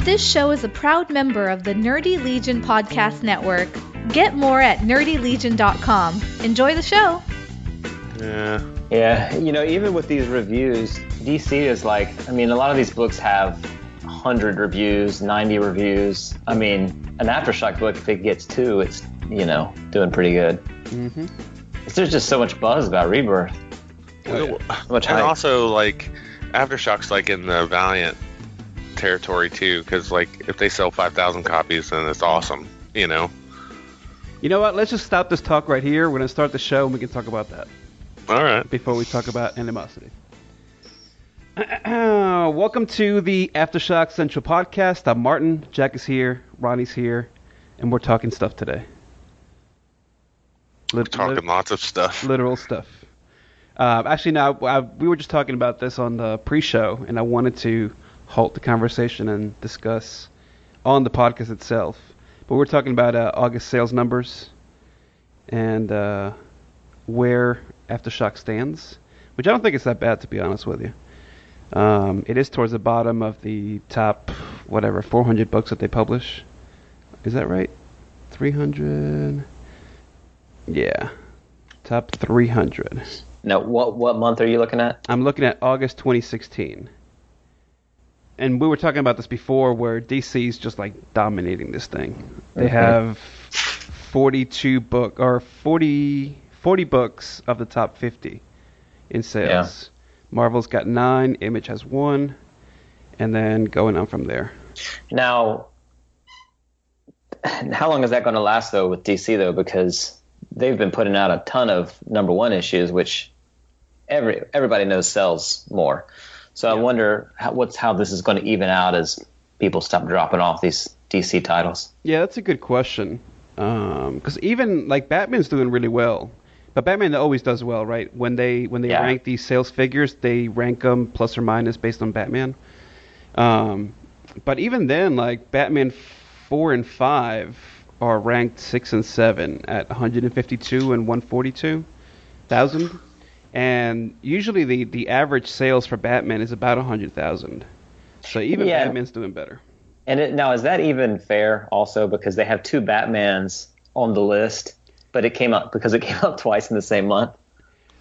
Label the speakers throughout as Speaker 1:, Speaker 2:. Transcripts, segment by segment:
Speaker 1: This show is a proud member of the Nerdy Legion Podcast Network. Get more at nerdylegion.com. Enjoy the show.
Speaker 2: Yeah.
Speaker 3: Yeah, you know, even with these reviews, DC is like, I mean, a lot of these books have 100 reviews, 90 reviews. I mean, an Aftershock book, if it gets two, it's, you know, doing pretty good.
Speaker 2: Mm-hmm.
Speaker 3: There's just so much buzz about Rebirth. So much
Speaker 2: And
Speaker 3: hype.
Speaker 2: also, like, Aftershock's like in the Valiant territory too, because like if they sell five thousand copies, then it's awesome. You know.
Speaker 4: You know what? Let's just stop this talk right here. We're going to start the show and we can talk about that
Speaker 2: All right.
Speaker 4: before we talk about animosity. Welcome to the Aftershock Central podcast. I'm Martin. Jack is here. Ronnie's here. And we're talking stuff today. Lit-
Speaker 2: Talking
Speaker 4: lit-
Speaker 2: lots of stuff.
Speaker 4: literal stuff. Um, actually, no, I, I- we were just talking about this on the pre-show, and I wanted to halt the conversation and discuss on the podcast itself. But we're talking about uh, August sales numbers and uh, where Aftershock stands, which I don't think it's that bad, to be honest with you. Um, it is towards the bottom of the top, whatever, 400 books that they publish. Is that right? 300. Yeah. Top 300.
Speaker 3: Now, what what month are you looking at?
Speaker 4: I'm looking at August 2016. And we were talking about this before where DC's just like dominating this thing. They have 42 book or 40 40 books of the top 50 in sales. Marvel's got 9, Image has 1, and then going on from there.
Speaker 3: Now, how long is that going to last though with DC though? Because they've been putting out a ton of number one issues, which every everybody knows sells more. So I wonder how, what's how this is going to even out as people stop dropping off these DC titles.
Speaker 4: Yeah, that's a good question. Because even like Batman's doing really well, but Batman always does well, right? When they when they
Speaker 3: Yeah.
Speaker 4: rank these sales figures, they rank them plus or minus based on Batman. Um, but even then, like Batman four and five are ranked six and seven at 152 and 142 thousand, and usually the the average sales for Batman is about 100,000. So even
Speaker 3: Yeah.
Speaker 4: Batman's doing better.
Speaker 3: And it, now, is that even fair? Also, because they have two Batmans on the list, but it came out because it came out twice in the same month.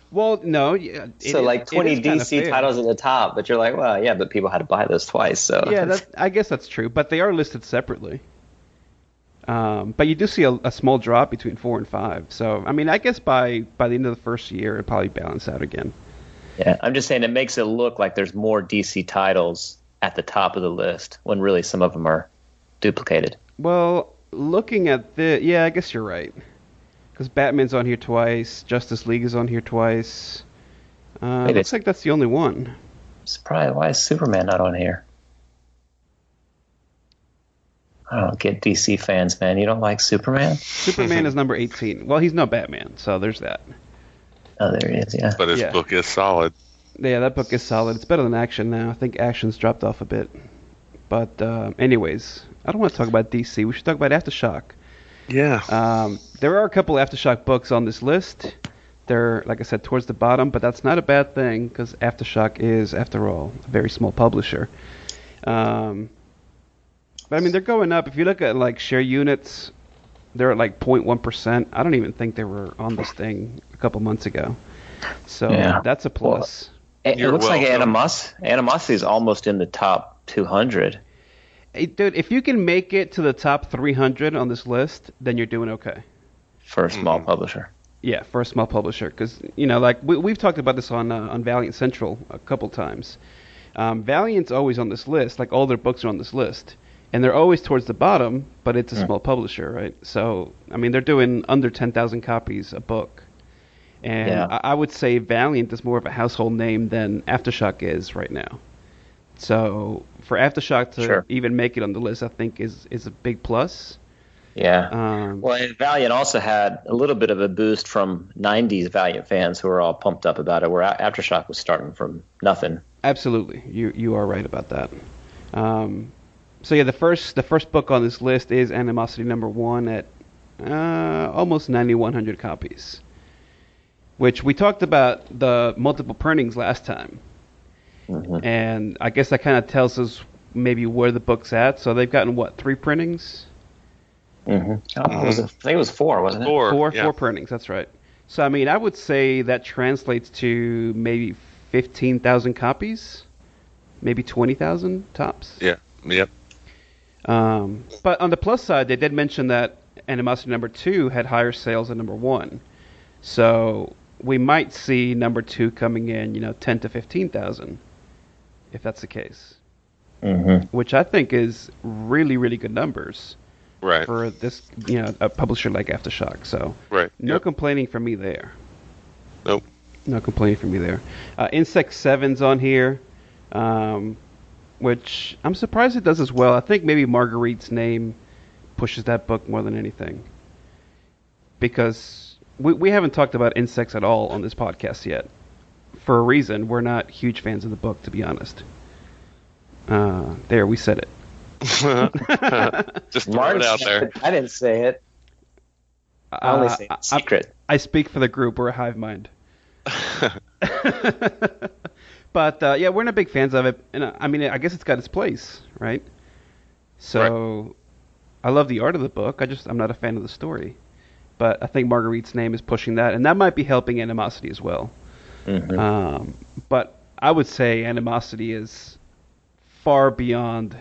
Speaker 4: Well, no, yeah, it
Speaker 3: so
Speaker 4: is-
Speaker 3: like
Speaker 4: it
Speaker 3: 20
Speaker 4: is kinda
Speaker 3: DC
Speaker 4: fair.
Speaker 3: titles at the top, but you're like, well, yeah, but people had to buy those twice, so
Speaker 4: Yeah, that's, I guess that's true, but they are listed separately. Um, but you do see a, a small drop between four and five. So I mean, I guess by by the end of the first year, it probably balance out again.
Speaker 3: yeah. I'm just saying it makes it look like there's more DC titles at the top of the list when really some of them are duplicated.
Speaker 4: Well, looking at the yeah, I guess you're right. Because Batman's on here twice, Justice League is on here twice. Uh,
Speaker 3: Wait,
Speaker 4: looks
Speaker 3: it's-
Speaker 4: like that's the only one.
Speaker 3: Surprise! Why is Superman not on here? I don't get DC fans, man. You don't like Superman?
Speaker 4: Superman is number 18. Well, he's no Batman, so there's that.
Speaker 3: Oh, there he is. Yeah.
Speaker 2: But his
Speaker 4: Yeah.
Speaker 2: book is solid.
Speaker 4: Yeah, that book is solid. It's better than Action now. I think Action's dropped off a bit. But uh, anyways, I don't want to talk about DC. We should talk about Aftershock.
Speaker 2: Yeah.
Speaker 4: Um, there are a couple Aftershock books on this list. They're, like I said, towards the bottom, but that's not a bad thing because Aftershock is, after all, a very small publisher. Um, but I mean, they're going up. If you look at like share units, they're at like 0.1%. I don't even think they were on this thing a couple months ago. So
Speaker 3: Yeah.
Speaker 4: that's a
Speaker 3: Well,
Speaker 4: plus.
Speaker 3: it, it
Speaker 2: You're
Speaker 3: looks like
Speaker 2: welcome.
Speaker 3: Animos- Animosity is almost in the top 200.
Speaker 4: Hey, dude, if you can make it to the top 300 on this list, then you're doing okay.
Speaker 3: for a
Speaker 2: Hmm.
Speaker 3: small publisher.
Speaker 4: Yeah, for a small publisher, because you know, like we, we've talked about this on uh, on Valiant Central a couple times. Um, Valiant's always on this list. Like all their books are on this list, and they're always towards the bottom. But it's a small publisher, right? So I mean, they're doing under 10,000 copies a book, and
Speaker 3: Yeah.
Speaker 4: I, I would say Valiant is more of a household name than Aftershock is right now. So for Aftershock to
Speaker 3: Sure.
Speaker 4: even make it on the list, I think is is a big plus.
Speaker 3: Yeah.
Speaker 4: Um,
Speaker 3: well, and Valiant also had a little bit of a boost from 90s Valiant fans who were all pumped up about it, where A- Aftershock was starting from nothing.
Speaker 4: Absolutely, you you are right about that. Um, so yeah, the first the first book on this list is Animosity Number One at uh, almost 9,100 copies, which we talked about the multiple printings last time, and I guess that kind of tells us maybe where the book's at. So they've gotten what three printings?
Speaker 3: Mm-hmm. Oh, was it, I think it was four, wasn't it?
Speaker 2: Uh, Four,
Speaker 4: four
Speaker 2: yeah.
Speaker 4: four printings. That's right. So I mean, I would say that translates to maybe fifteen thousand copies, maybe twenty thousand tops.
Speaker 2: Yeah, yep.
Speaker 4: Um, but on the plus side, they did mention that Animosity number two had higher sales than number one, so we might see number two coming in, you know, ten to fifteen thousand, if that's the case.
Speaker 3: Mm-hmm.
Speaker 4: Which I think is really, really good numbers
Speaker 2: Right,
Speaker 4: for this, you know, a publisher like AfterShock. So
Speaker 2: right.
Speaker 4: no
Speaker 2: yep.
Speaker 4: complaining from me there.
Speaker 2: Nope.
Speaker 4: No complaining from me there. Uh, Insect Seven's on here, um, which I'm surprised it does as well. I think maybe Marguerite's name pushes that book more than anything, because we we haven't talked about insects at all on this podcast yet, for a reason. We're not huge fans of the book, to be honest. Uh, there, we said it.
Speaker 2: Just throw
Speaker 3: Martin
Speaker 2: it out
Speaker 3: said
Speaker 2: there.
Speaker 3: it. I didn't say it. I only
Speaker 4: Uh,
Speaker 3: say
Speaker 4: I- I-
Speaker 3: secret.
Speaker 4: I speak for the group. We're a hive mind. but uh, yeah, we're not big fans of it, and uh, I mean, I guess it's got its place, right? So, I love the art of the book. I just I'm not a fan of the story, but I think Marguerite's name is pushing that, and that might be helping animosity as well.
Speaker 3: Mhm.
Speaker 4: Um, but I would say animosity is far beyond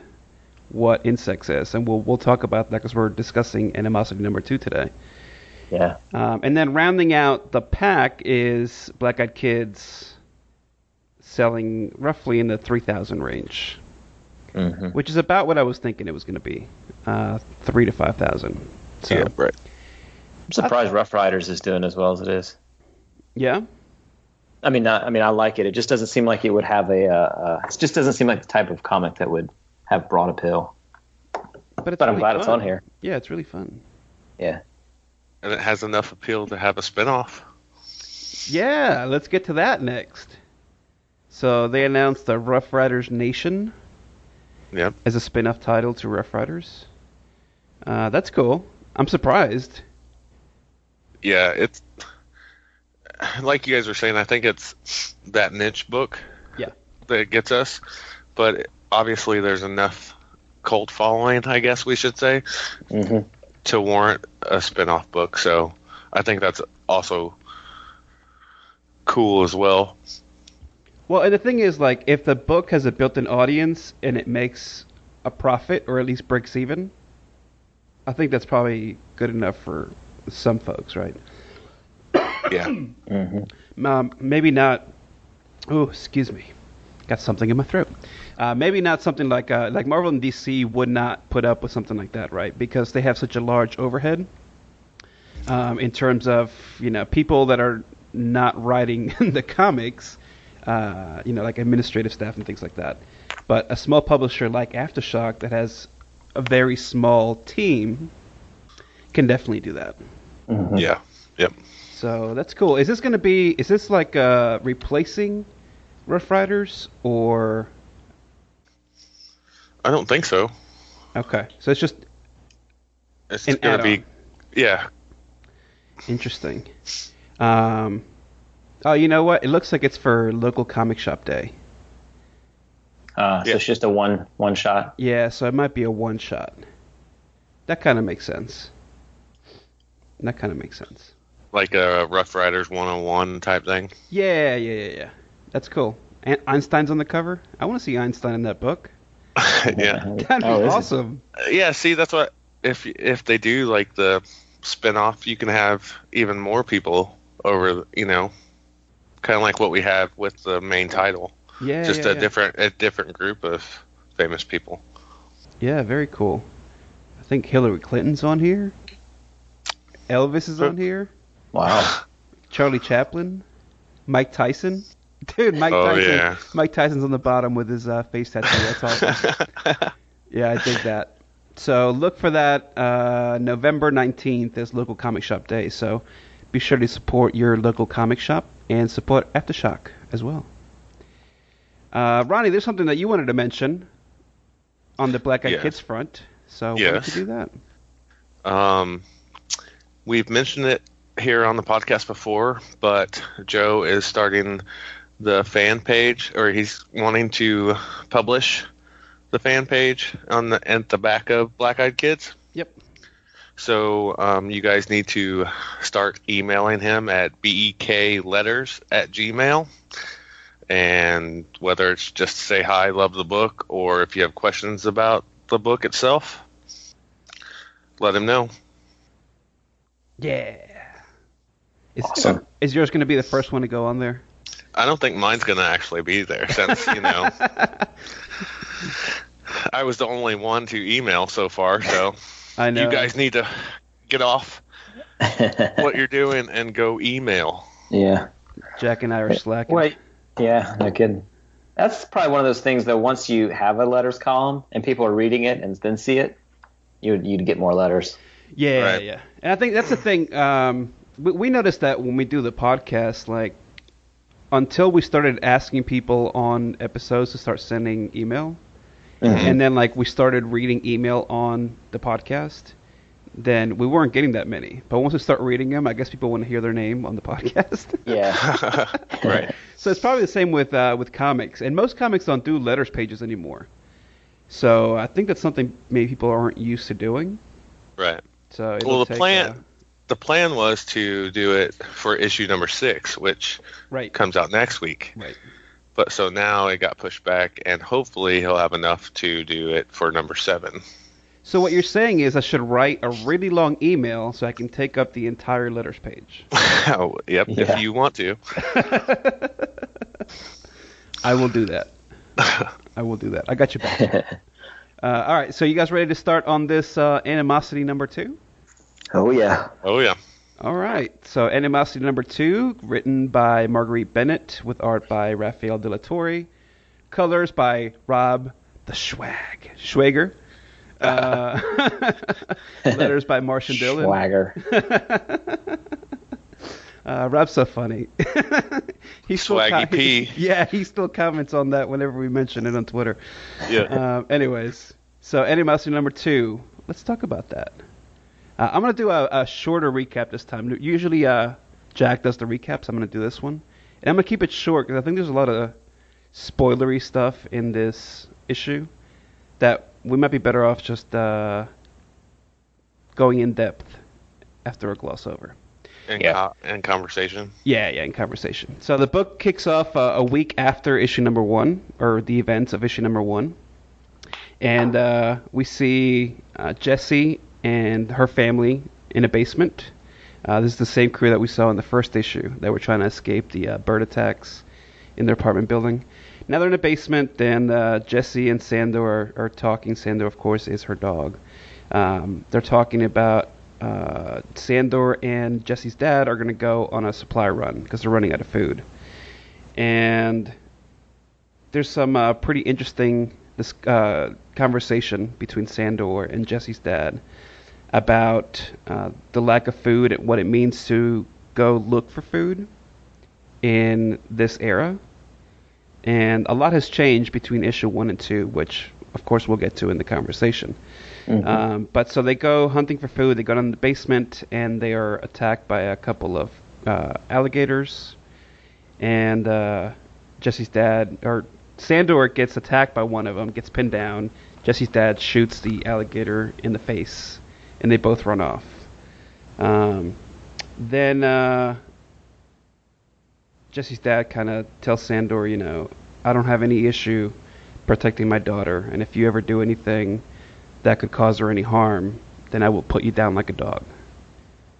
Speaker 4: what insects is, and we'll we'll talk about that because we're discussing animosity number two today.
Speaker 3: yeah.
Speaker 4: Um, and then rounding out the pack is Black Eyed Kids selling roughly in the 3,000 range,
Speaker 3: Mm-hmm.
Speaker 4: which is about what I was thinking it was going to be uh, 3 to 5,000. So,
Speaker 2: Yeah, right.
Speaker 3: I'm surprised Rough Riders is doing as well as it is.
Speaker 4: yeah.
Speaker 3: I mean, not, I mean, I like it. It just doesn't seem like it would have a. Uh, uh, it just doesn't seem like the type of comic that would have broad appeal.
Speaker 4: But, it's
Speaker 3: But I'm
Speaker 4: really
Speaker 3: glad it's
Speaker 4: fun.
Speaker 3: on here.
Speaker 4: Yeah, it's really fun.
Speaker 3: Yeah.
Speaker 2: And it has enough appeal to have a spinoff.
Speaker 4: Yeah, let's get to that next. So they announced the Rough Riders Nation
Speaker 2: Yep.
Speaker 4: as a spin off title to Rough Riders. Uh, that's cool. I'm surprised.
Speaker 2: Yeah, it's like you guys were saying. I think it's that niche book.
Speaker 4: Yeah.
Speaker 2: That gets us, but obviously there's enough cult following. I guess we should say
Speaker 3: Mm-hmm.
Speaker 2: to warrant a spin-off book. So I think that's also cool as well.
Speaker 4: Well, and the thing is, like, if the book has a built-in audience and it makes a profit or at least breaks even, I think that's probably good enough for some folks, right?
Speaker 2: Yeah.
Speaker 4: Mm-hmm. Um, maybe not. Oh, excuse me, got something in my throat. Uh, maybe not something like uh, like Marvel and DC would not put up with something like that, right? Because they have such a large overhead um, in terms of you know people that are not writing the comics, uh, you know, like administrative staff and things like that. But a small publisher like AfterShock that has a very small team can definitely do that.
Speaker 2: Yeah. Yep.
Speaker 4: So that's cool. Is this going to be? Is this like uh, replacing Rough Riders or?
Speaker 2: I don't think so.
Speaker 4: Okay, so it's just
Speaker 2: It's
Speaker 4: An
Speaker 2: gonna be. Yeah.
Speaker 4: interesting. Um, oh, you know what? It looks like it's for local comic shop day.
Speaker 3: Uh,
Speaker 2: Yeah.
Speaker 3: So it's just a one one shot.
Speaker 4: Yeah, so it might be a one shot. That kind of makes sense. That kind of makes sense.
Speaker 2: Like a Rough Riders one-on-one type thing.
Speaker 4: Yeah, yeah, yeah, yeah. That's cool. And Einstein's on the cover. I want to see Einstein in that book.
Speaker 2: yeah.
Speaker 4: That'd be
Speaker 3: Oh, is it?
Speaker 4: awesome.
Speaker 2: yeah see that's what if if they do like the spin-off you can have even more people over you know kind of like what we have with the main title
Speaker 4: Yeah,
Speaker 2: just
Speaker 4: yeah,
Speaker 2: a
Speaker 4: yeah.
Speaker 2: different a different group of famous people
Speaker 4: Yeah, very cool. I think Hillary Clinton's on here. Elvis is on here.
Speaker 3: Wow.
Speaker 4: Charlie Chaplin. Mike Tyson. Dude, Mike
Speaker 2: Oh,
Speaker 4: Tyson.
Speaker 2: yeah.
Speaker 4: Mike Tyson's on the bottom with his uh, face tattoo. That's awesome. yeah, I dig that. So look for that uh, November 19th is Local Comic Shop Day. So be sure to support your local comic shop and support Aftershock as well. Uh, Ronnie, there's something that you wanted to mention on the Black Eyed
Speaker 2: Yes.
Speaker 4: Kids front. So why don't
Speaker 2: Yes.
Speaker 4: you do that?
Speaker 2: um we've mentioned it here on the podcast before but joe is starting the fan page or he's wanting to publish the fan page on the at the back of Black Eyed Kids.
Speaker 4: Yep.
Speaker 2: So um, you guys need to start emailing him at bekletters at gmail. And whether it's just to say hi, love the book, or if you have questions about the book itself, let him know.
Speaker 4: Yeah. Is,
Speaker 3: Awesome.
Speaker 4: is yours going to be the first one to go on there?
Speaker 2: I don't think mine's going to actually be there since, you know, I was the only one to email so far. So
Speaker 4: I know.
Speaker 2: you guys need to get off what you're doing and go email.
Speaker 3: yeah.
Speaker 4: Jack and I are slacking.
Speaker 3: Wait. Yeah, no kidding. That's probably one of those things that once you have a letters column and people are reading it and then see it, you'd you'd get more letters.
Speaker 4: Yeah,
Speaker 2: Right.
Speaker 4: yeah. And I think that's the thing. Um, we, we noticed that when we do the podcast, like until we started asking people on episodes to start sending email,
Speaker 3: Mm-hmm.
Speaker 4: and then like we started reading email on the podcast, then we weren't getting that many. But once we start reading them, I guess people want to hear their name on the podcast.
Speaker 3: Yeah.
Speaker 2: Right.
Speaker 4: So it's probably the same with uh, with comics, and most comics don't do letters pages anymore. So I think that's something maybe people aren't used to doing.
Speaker 2: Right.
Speaker 4: So it'll
Speaker 2: Well, the
Speaker 4: take,
Speaker 2: plan
Speaker 4: uh,
Speaker 2: the plan was to do it for issue number six, which
Speaker 4: right,
Speaker 2: comes out next week.
Speaker 4: right.
Speaker 2: But so now it got pushed back, and hopefully he'll have enough to do it for number seven.
Speaker 4: So what you're saying is I should write a really long email so I can take up the entire letters page.
Speaker 2: Oh, yep,
Speaker 3: Yeah.
Speaker 2: if you want to.
Speaker 4: I will do that. I will do that. I got you back. Uh, all right, so you guys ready to start on this uh, animosity number two?
Speaker 3: oh yeah.
Speaker 2: Oh yeah,
Speaker 4: All right, so animosity number two, written by Marguerite Bennett with art by Raphael De La Torre, colors by Rob the Schwag Schwager, uh, letters by Martian Dillon.
Speaker 3: Swagger.
Speaker 4: Uh, Rob's so funny. he still
Speaker 2: Swaggy P.
Speaker 4: Yeah, he still comments on that whenever we mention it on Twitter.
Speaker 2: yeah.
Speaker 4: Um, anyways, so animosity number two. Let's talk about that. Uh, I'm gonna do a, a shorter recap this time. Usually, uh, Jack does the recaps. I'm gonna do this one, and I'm gonna keep it short because I think there's a lot of spoilery stuff in this issue that we might be better off just uh, going in depth after a gloss over.
Speaker 2: and,
Speaker 3: Yeah.
Speaker 2: co- and conversation.
Speaker 4: Yeah, yeah, in conversation. So the book kicks off uh, a week after issue number one, or the events of issue number one. And uh, we see uh, Jessie and her family in a basement. Uh, this is the same crew that we saw in the first issue. They were trying to escape the uh, bird attacks in their apartment building. Now they're in a basement, and uh, Jesse and Sandor are, are talking. Sandor, of course, is her dog. Um, they're talking about uh, Sandor and Jesse's dad are going to go on a supply run because they're running out of food. And there's some uh, pretty interesting this uh, conversation between Sandor and Jesse's dad about uh, the lack of food and what it means to go look for food in this era. And a lot has changed between issue one and two, which, of course, we'll get to in the conversation. Um, but so they go hunting for food. They go down in the basement and they are attacked by a couple of uh, alligators. And uh, Jesse's dad, or Sandor, gets attacked by one of them, gets pinned down. Jesse's dad shoots the alligator in the face, and they both run off. Um, then uh, Jesse's dad kind of tells Sandor, you know, I don't have any issue protecting my daughter, and if you ever do anything that could cause her any harm, then I will put you down like a dog.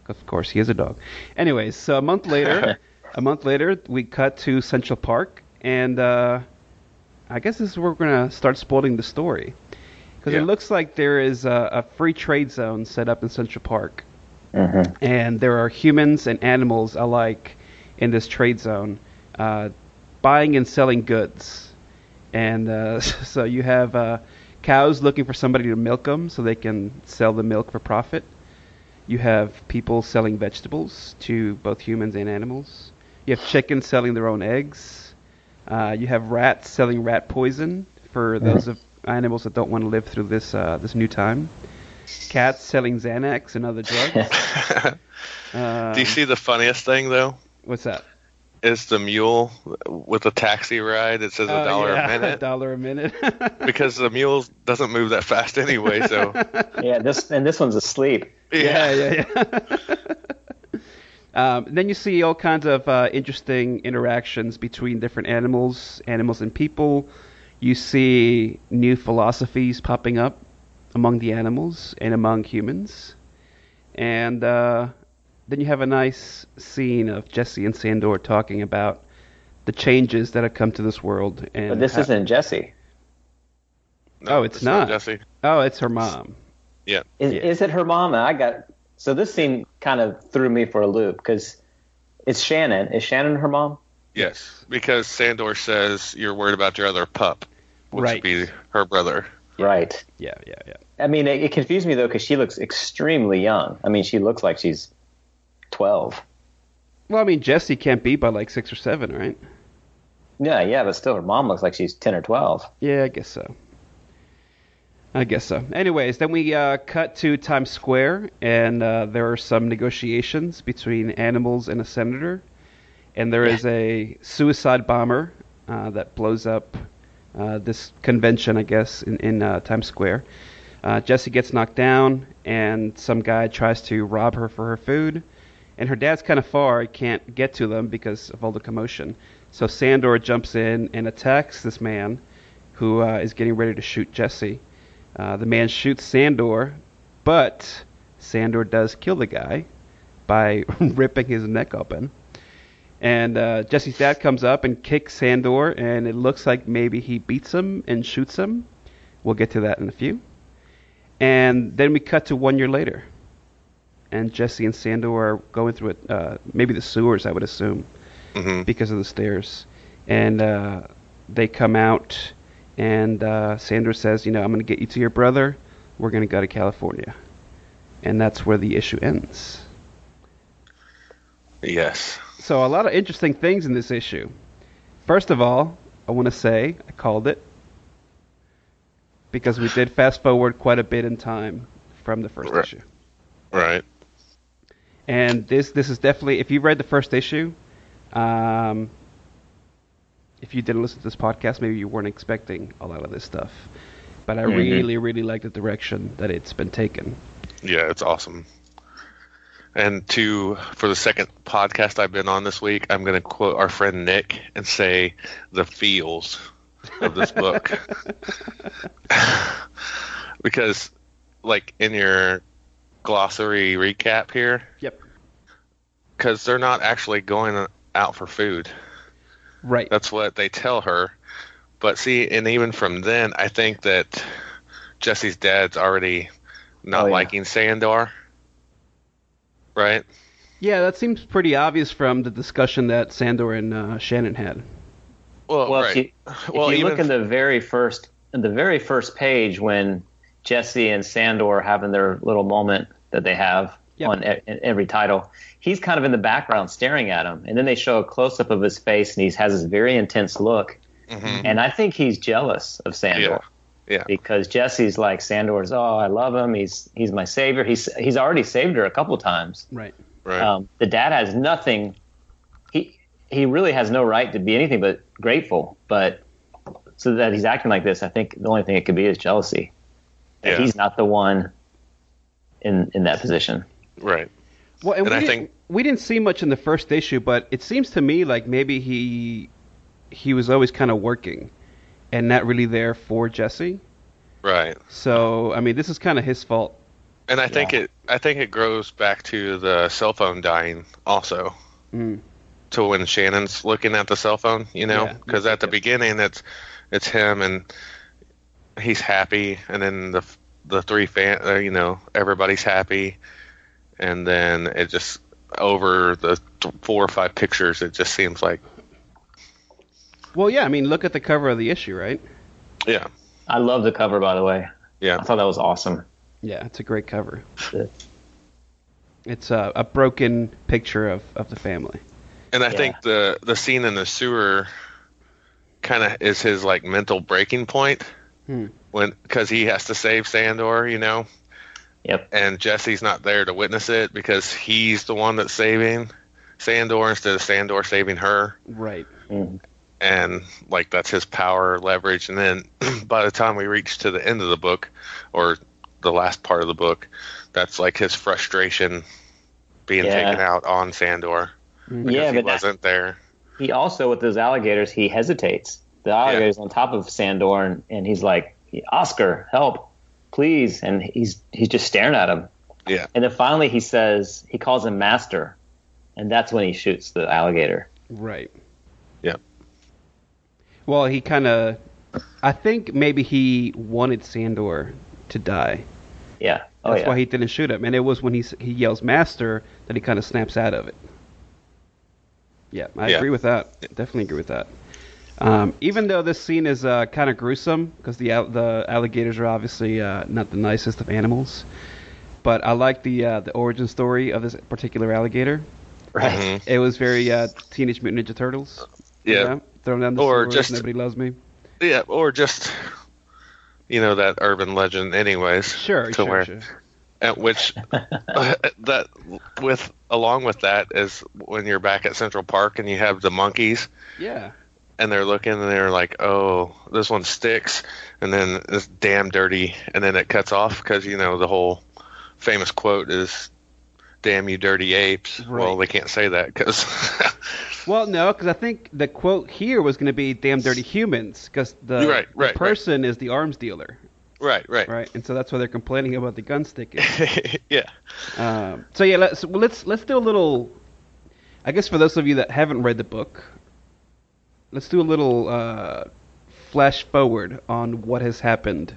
Speaker 4: 'Cause, Of course, he is a dog. Anyways, so a month later, a month later, we cut to Central Park, and uh, I guess this is where we're gonna start spoiling the story, because
Speaker 2: Yeah.
Speaker 4: it looks like there is a, a free trade zone set up in Central Park
Speaker 3: Mm-hmm.
Speaker 4: and there are humans and animals alike in this trade zone, uh, buying and selling goods. And uh, so you have uh, cows looking for somebody to milk them so they can sell the milk for profit. You have people selling vegetables to both humans and animals. You have chickens selling their own eggs. Uh, you have rats selling rat poison for those of animals that don't want to live through this uh, this new time. Cats selling Xanax and other drugs.
Speaker 2: Do you see the funniest thing though?
Speaker 4: Um, What's that?
Speaker 2: is the mule with a taxi ride that says a
Speaker 4: Oh,
Speaker 2: dollar
Speaker 4: yeah,
Speaker 2: a minute
Speaker 4: dollar a minute.
Speaker 2: because the mule doesn't move that fast anyway. So
Speaker 3: Yeah, this and this one's asleep.
Speaker 4: yeah, yeah, yeah. um, then you see all kinds of uh, interesting interactions between different animals, animals and people. You see new philosophies popping up among the animals and among humans. And uh, then you have a nice scene of Jesse and Sandor talking about the changes that have come to this world. And
Speaker 3: But this
Speaker 4: how-
Speaker 3: isn't Jesse.
Speaker 4: Oh, it's not.
Speaker 2: Jesse.
Speaker 4: Oh, it's her mom.
Speaker 2: Yeah.
Speaker 3: Is,
Speaker 4: Yeah.
Speaker 3: is it her mom? And I got so this scene kind of threw me for a loop because it's Shannon. Is Shannon her mom?
Speaker 2: Yes. Because Sandor says you're worried about your other pup, which
Speaker 4: Right.
Speaker 2: would be her brother.
Speaker 3: Right.
Speaker 4: Yeah, yeah, yeah.
Speaker 3: I mean, it, it confused me though because she looks extremely young. I mean, she looks like she's twelve.
Speaker 4: Well, I mean, Jesse can't be by like six or seven, right?
Speaker 3: Yeah, yeah, but still, her mom looks like she's ten or twelve.
Speaker 4: Yeah, I guess so. I guess so. Anyways, then we uh, cut to Times Square, and uh, there are some negotiations between animals and a senator, and there is a suicide bomber uh, that blows up uh, this convention, I guess, in, in uh, Times Square. Uh, Jesse gets knocked down, and some guy tries to rob her for her food, and her dad's kind of far, he can't get to them because of all the commotion. So Sandor jumps in and attacks this man who uh, is getting ready to shoot Jesse. Uh, the man shoots Sandor, but Sandor does kill the guy by ripping his neck open. And uh, Jesse's dad comes up and kicks Sandor, and it looks like maybe he beats him and shoots him. We'll get to that in a few. And then we cut to one year later. And Jesse and Sandor are going through it, uh, maybe the sewers, I would assume
Speaker 2: hmm
Speaker 4: because of the stairs. And uh, they come out, and uh, Sandra says, "You know, I'm going to get you to your brother. We're going to go to California." And that's where the issue ends.
Speaker 2: Yes.
Speaker 4: So a lot of interesting things in this issue. First of all, I want to say I called it because we did fast forward quite a bit in time from the first
Speaker 2: Right.
Speaker 4: issue.
Speaker 2: Right.
Speaker 4: And this this is definitely if you read the first issue, um, if you didn't listen to this podcast, maybe you weren't expecting a lot of this stuff. But I
Speaker 2: Mm-hmm.
Speaker 3: Mhm.
Speaker 4: really really like the direction that it's been taken.
Speaker 2: Yeah, it's awesome. And to for the second podcast I've been on this week, I'm going to quote our friend Nick and say the feels of this book. because like in your glossary recap here,
Speaker 4: Yep.
Speaker 2: cuz they're not actually going out for food.
Speaker 4: Right.
Speaker 2: That's what they tell her. But see, and even from then, I think that Jesse's dad's already not
Speaker 3: Oh, yeah.
Speaker 2: liking Sandor. Right?
Speaker 4: yeah, that seems pretty obvious from the discussion that Sandor and uh, Shannon had.
Speaker 2: Well,
Speaker 3: Well,
Speaker 2: Oh, right.
Speaker 3: if you, if
Speaker 2: Well,
Speaker 3: you
Speaker 2: even
Speaker 3: look in the very first in the very first page when Jesse and Sandor are having their little moment that they have
Speaker 4: Yep.
Speaker 3: on e- in every title, he's kind of in the background staring at him, and then they show a close up of his face, and he has this very intense look,
Speaker 2: Mhm.
Speaker 3: and I think he's jealous of Sandor.
Speaker 2: Yeah. Yeah.
Speaker 3: Because Jesse's like Sandor's. Oh, I love him. He's he's my savior. He's he's already saved her a couple times.
Speaker 4: Right.
Speaker 2: Right.
Speaker 3: Um, the dad has nothing. He he really has no right to be anything but grateful. But so that he's acting like this, I think the only thing it could be is jealousy. That
Speaker 2: Yeah.
Speaker 3: he's not the one in in that position.
Speaker 2: right.
Speaker 4: Well, and,
Speaker 2: And
Speaker 4: we,
Speaker 2: I
Speaker 4: didn't,
Speaker 2: think-
Speaker 4: we didn't see much in the first issue, but it seems to me like maybe he he was always kind of working and not really there for Jesse.
Speaker 2: Right.
Speaker 4: So, I mean, this is kind of his fault.
Speaker 2: And I think it I think it grows back to the cell phone dying also.
Speaker 4: Mm.
Speaker 2: To when Shannon's looking at the cell phone, you know,
Speaker 4: Yeah.
Speaker 2: because at the beginning it's it's him and he's happy, and then the the three fan, uh, you know, everybody's happy, and then it just over the th- four or five pictures, it just seems like
Speaker 4: Well, yeah, I mean, look at the cover of the issue, right?
Speaker 2: yeah,
Speaker 3: I love the cover, by the way.
Speaker 2: yeah,
Speaker 3: I thought that was awesome.
Speaker 4: Yeah, it's a great cover.
Speaker 3: Yeah.
Speaker 4: It's a, a broken picture of, of the family.
Speaker 2: and I
Speaker 3: Yeah.
Speaker 2: think the the scene in the sewer kind of is his like mental breaking point
Speaker 4: Hmm.
Speaker 2: when because he has to save Sandor, you know,
Speaker 3: Yep.
Speaker 2: and Jesse's not there to witness it because he's the one that's saving Sandor instead of Sandor saving her,
Speaker 4: Right.
Speaker 2: and like that's his power leverage. And then by the time we reach to the end of the book, or the last part of the book, that's like his frustration being
Speaker 3: Yeah.
Speaker 2: taken out on Sandor because
Speaker 3: yeah,
Speaker 2: he
Speaker 3: but that-
Speaker 2: wasn't there.
Speaker 3: he also with those alligators he hesitates the alligators on top of sandor and, and he's like oscar help please and he's he's just staring at him
Speaker 2: Yeah.
Speaker 3: and then finally he says he calls him master and that's when he shoots the alligator
Speaker 4: Right.
Speaker 2: Yep.
Speaker 4: Well, he kind of. I think maybe he wanted Sandor to die.
Speaker 3: yeah oh
Speaker 4: That's
Speaker 3: yeah
Speaker 4: why he didn't shoot him. And it was when he s- he yells "Master" that he kind of snaps out of it. Yeah, I
Speaker 2: Yeah.
Speaker 4: agree with that. Definitely agree with that. Um, even though this scene is uh, kind of gruesome because the al- the alligators are obviously uh, not the nicest of animals, but I like the uh, the origin story of this particular alligator.
Speaker 3: right
Speaker 2: Mhm.
Speaker 4: It was very uh, Teenage Mutant Ninja Turtles.
Speaker 2: Yeah.
Speaker 4: Thrown down the
Speaker 2: Or
Speaker 4: sword,
Speaker 2: just-
Speaker 4: nobody loves me.
Speaker 2: Yeah, or just you know that urban legend, anyways.
Speaker 4: Sure,
Speaker 2: to
Speaker 4: sure,
Speaker 2: where-
Speaker 4: sure.
Speaker 2: At which uh, that with along with that is when you're back at Central Park and you have the monkeys
Speaker 4: Yeah.
Speaker 2: and they're looking and they're like, "Oh, this one sticks," and then it's damn dirty, and then it cuts off because you know the whole famous quote is. Damn you, dirty apes! Well, they
Speaker 4: Right.
Speaker 2: can't say that because
Speaker 4: Well, no, because I think the quote here was going to be "damn dirty humans," because the,
Speaker 2: You're right,
Speaker 4: the
Speaker 2: right, right.
Speaker 4: person is the arms dealer,
Speaker 2: right, right,
Speaker 4: right? And so that's why they're complaining about the gun sticking.
Speaker 2: yeah,
Speaker 4: um, so yeah, let's well, let's let's do a little. I guess for those of you that haven't read the book, let's do a little uh, flash forward on what has happened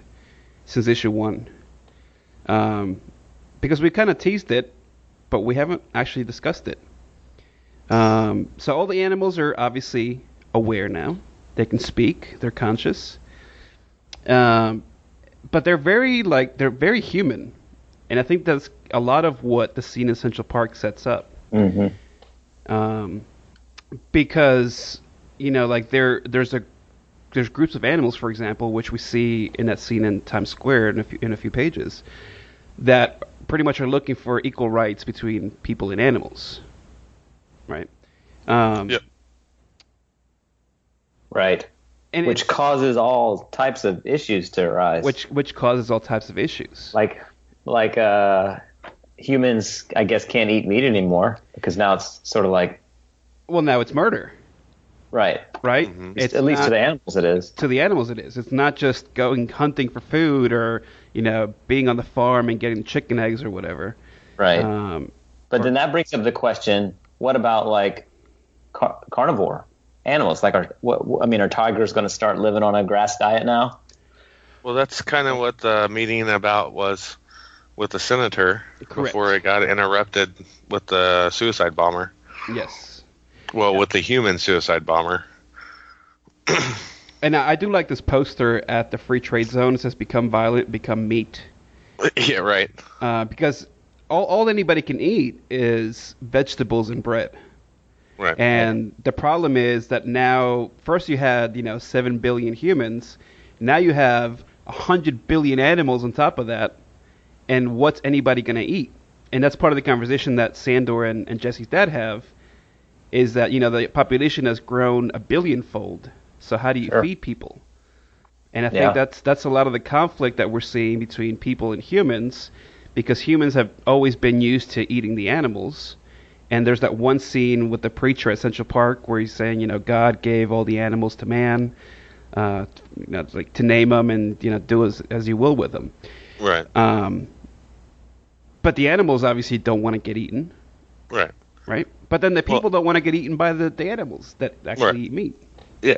Speaker 4: since issue one, um, because we kind of teased it, but we haven't actually discussed it. Um, so all the animals are obviously aware now; they can speak, they're conscious, um, but they're very like they're very human, and I think that's a lot of what the scene in Central Park sets up
Speaker 3: hmm
Speaker 4: um, because you know like there there's a there's groups of animals for example which we see in that scene in Times Square in a few, in a few pages that pretty much are looking for equal rights between people and animals right um,
Speaker 2: Yep.
Speaker 3: right
Speaker 4: and
Speaker 3: which
Speaker 4: it-
Speaker 3: causes all types of issues to arise
Speaker 4: which which causes all types of issues
Speaker 3: like like uh humans i guess can't eat meat anymore because now it's sort of like
Speaker 4: well now it's murder
Speaker 3: right
Speaker 4: right it's
Speaker 3: at least
Speaker 4: not-
Speaker 3: to the animals it is
Speaker 4: to the animals it is. It's not just going hunting for food or you know being on the farm and getting chicken eggs or whatever.
Speaker 3: right
Speaker 4: Um,
Speaker 3: But then that brings up the question: What about like car- carnivore animals? Like, are what, what- I mean, are tigers going to start living on a grass diet now?
Speaker 2: Well, that's kind of what the meeting about was with the senator
Speaker 4: Correct.
Speaker 2: before it got interrupted with the suicide bomber.
Speaker 4: yes,
Speaker 2: Well, with the human suicide bomber.
Speaker 4: and I, I do like this poster at the free trade zone. It says "Become violent, become meat,"
Speaker 2: yeah, right.
Speaker 4: uh, because all, all anybody can eat is vegetables and bread.
Speaker 2: Right.
Speaker 4: And the problem is that now, first you had you know seven billion humans, now you have hundred billion animals on top of that, and what's anybody going to eat? And that's part of the conversation that Sandor and, and Jesse's dad have, is that you know the population has grown a billionfold. So how do you
Speaker 3: Sure.
Speaker 4: feed people? And I think
Speaker 3: Yeah.
Speaker 4: that's that's a lot of the conflict that we're seeing between people and humans, because humans have always been used to eating the animals. And there's that one scene with the preacher at Central Park where he's saying, you know, God gave all the animals to man, uh, you know, like to name them and you know do as as you will with them.
Speaker 2: right.
Speaker 4: Um, but the animals obviously don't want to get eaten,
Speaker 2: right.
Speaker 4: right? But then the people
Speaker 2: Well-
Speaker 4: don't want to get eaten by the, the animals that actually
Speaker 2: Right.
Speaker 4: eat meat.
Speaker 2: Yeah.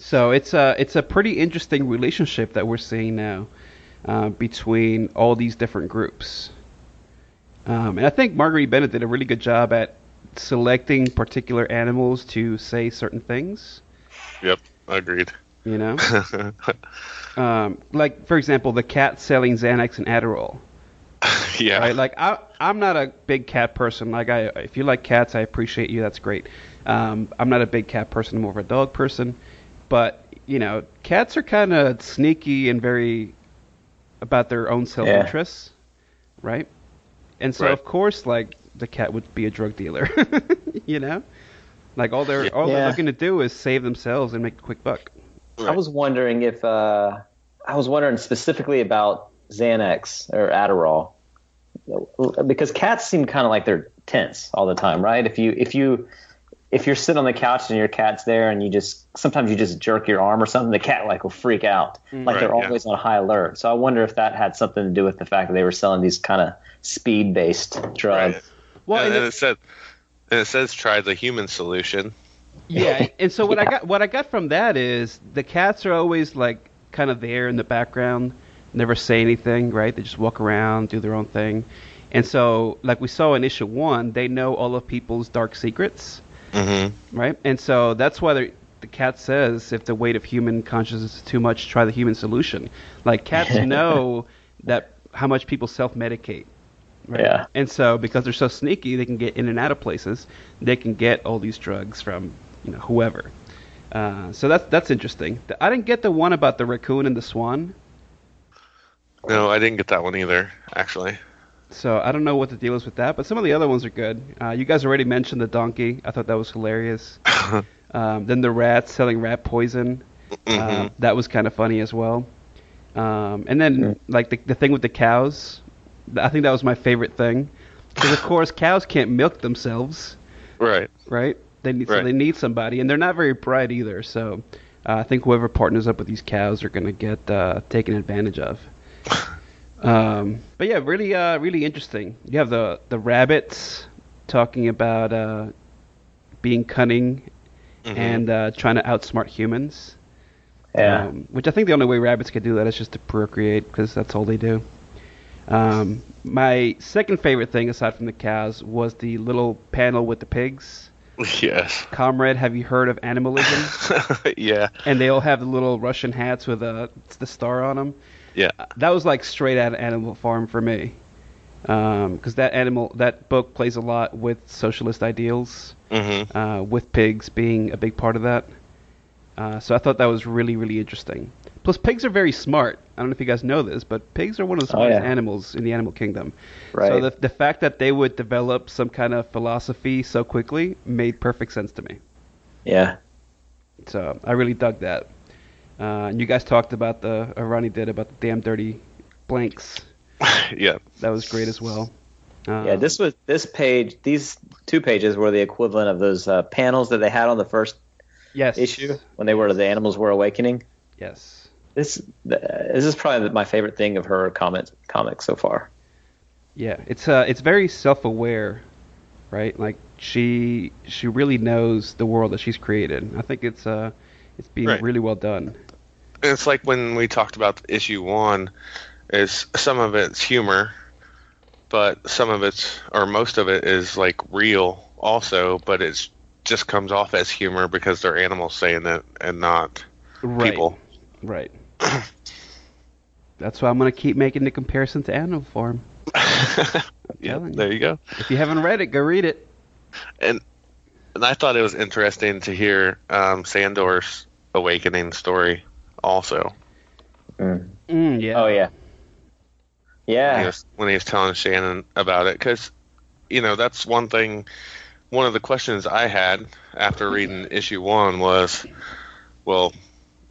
Speaker 4: So it's a it's a pretty interesting relationship that we're seeing now uh, between all these different groups. Um, and I think Marguerite Bennett did a really good job at selecting particular animals to say certain things.
Speaker 2: Yep. Agreed.
Speaker 4: You know, um, like for example, the cat selling Xanax and Adderall.
Speaker 2: yeah.
Speaker 4: Right? Like I, I'm not a big cat person. Like I, if you like cats, I appreciate you. That's great. Um, I'm not a big cat person. I'm more of a dog person. But you know, cats are kind of sneaky and very about their own self interests, right? And so
Speaker 2: Right.
Speaker 4: of course, like the cat would be a drug dealer. you know, like all they're all
Speaker 3: Yeah.
Speaker 4: they're looking to do is save themselves and make a quick buck.
Speaker 3: I was wondering if uh, I was wondering specifically about Xanax or Adderall because cats seem kind of like they're tense all the time, right? If you if you if you're sitting on the couch and your cat's there and you just sometimes you just jerk your arm or something, the cat like will freak out, like
Speaker 2: Mm, Right,
Speaker 3: they're
Speaker 2: yeah.
Speaker 3: always on high alert. So I wonder if that had something to do with the fact that they were selling these kind of speed based drugs.
Speaker 2: Right.
Speaker 4: Well,
Speaker 2: and,
Speaker 4: and
Speaker 2: then
Speaker 4: it-
Speaker 2: it said, and it says try the human solution.
Speaker 4: yeah, and so what I got what I got from that is the cats are always like kind of there in the background, never say anything, right? They just walk around, do their own thing. And so like we saw in issue 1, they know all of people's dark secrets,
Speaker 2: Mm-hmm.
Speaker 4: right? And so that's why they're- the cat says if the weight of human consciousness is too much, try the human solution. Like cats know that how much people self-medicate. Right?
Speaker 3: Yeah.
Speaker 4: And so because they're so sneaky, they can get in and out of places. They can get all these drugs from you know whoever. Uh, so that's that's interesting. The- I didn't get the one about the raccoon and the swan,
Speaker 2: No, I didn't get that one either. Actually,
Speaker 4: so I don't know what the deal is with that. But some of the other ones are good. Uh, you guys already mentioned the donkey. I thought that was hilarious. um, then the rat selling rat poison. Uh, that was kind of funny as well. Um, and then like the, the thing with the cows, th- I think that was my favorite thing, because of course cows can't milk themselves,
Speaker 2: right.
Speaker 4: right? They need so
Speaker 2: Right.
Speaker 4: they need somebody, and they're not very bright either. So uh, I think whoever partners up with these cows are going to get uh, taken advantage of. Um, but yeah, really, uh, really interesting. You have the the rabbits talking about uh, being cunning and uh, trying to outsmart humans.
Speaker 3: Yeah.
Speaker 4: Um, which I think the only way rabbits could do that is just to procreate because that's all they do. Um, my second favorite thing, aside from the cows, was the little panel with the pigs.
Speaker 2: Yes.
Speaker 4: Comrade, have you heard of animalism?
Speaker 2: yeah.
Speaker 4: and they all have the little Russian hats with uh, the star on them.
Speaker 2: Yeah.
Speaker 4: That was like straight out of Animal Farm for me, because that animal that book plays a lot with socialist ideals
Speaker 2: Mm-hmm.
Speaker 4: uh, with pigs being a big part of that. Uh, so I thought that was really, really interesting. Plus, pigs are very smart. I don't know if you guys know this, but pigs are one of the
Speaker 3: Oh,
Speaker 4: smartest
Speaker 3: yeah.
Speaker 4: animals in the animal kingdom. So
Speaker 3: Right.
Speaker 4: the, the fact that they would develop some kind of philosophy so quickly made perfect sense to me.
Speaker 3: Yeah.
Speaker 4: So I really dug that. Uh, and you guys talked about the, or Ronnie did, about the damn dirty blanks.
Speaker 2: Yeah.
Speaker 4: That was great as well. Um,
Speaker 3: Yeah, this was this page. These two pages were the equivalent of those uh, panels that they had on the first
Speaker 4: yes,
Speaker 3: issue when they were the animals were awakening.
Speaker 4: Yes.
Speaker 3: This th- this is probably my favorite thing of her comment comic so far.
Speaker 4: Yeah, it's uh, it's very self-aware, right? Like she she really knows the world that she's created. I think it's uh, it's being
Speaker 2: Right.
Speaker 4: really well done.
Speaker 2: And it's like when we talked about issue one. Is some of it's humor, but some of it's or most of it is like real also, but it's just comes off as humor because they're animals saying it and not
Speaker 4: Right.
Speaker 2: people.
Speaker 4: Right. That's why I'm gonna keep making the comparison to Animal Farm.
Speaker 2: Yeah.
Speaker 4: telling you.
Speaker 2: There you go.
Speaker 4: If you haven't read it, go read it.
Speaker 2: and and I thought it was interesting to hear um, Sandor's awakening story also.
Speaker 4: Mm, yeah.
Speaker 3: Oh yeah,
Speaker 2: When he
Speaker 3: yeah,
Speaker 2: was, when he was telling Shannon about it, because you know that's one thing. One of the questions I had after reading issue one was, well,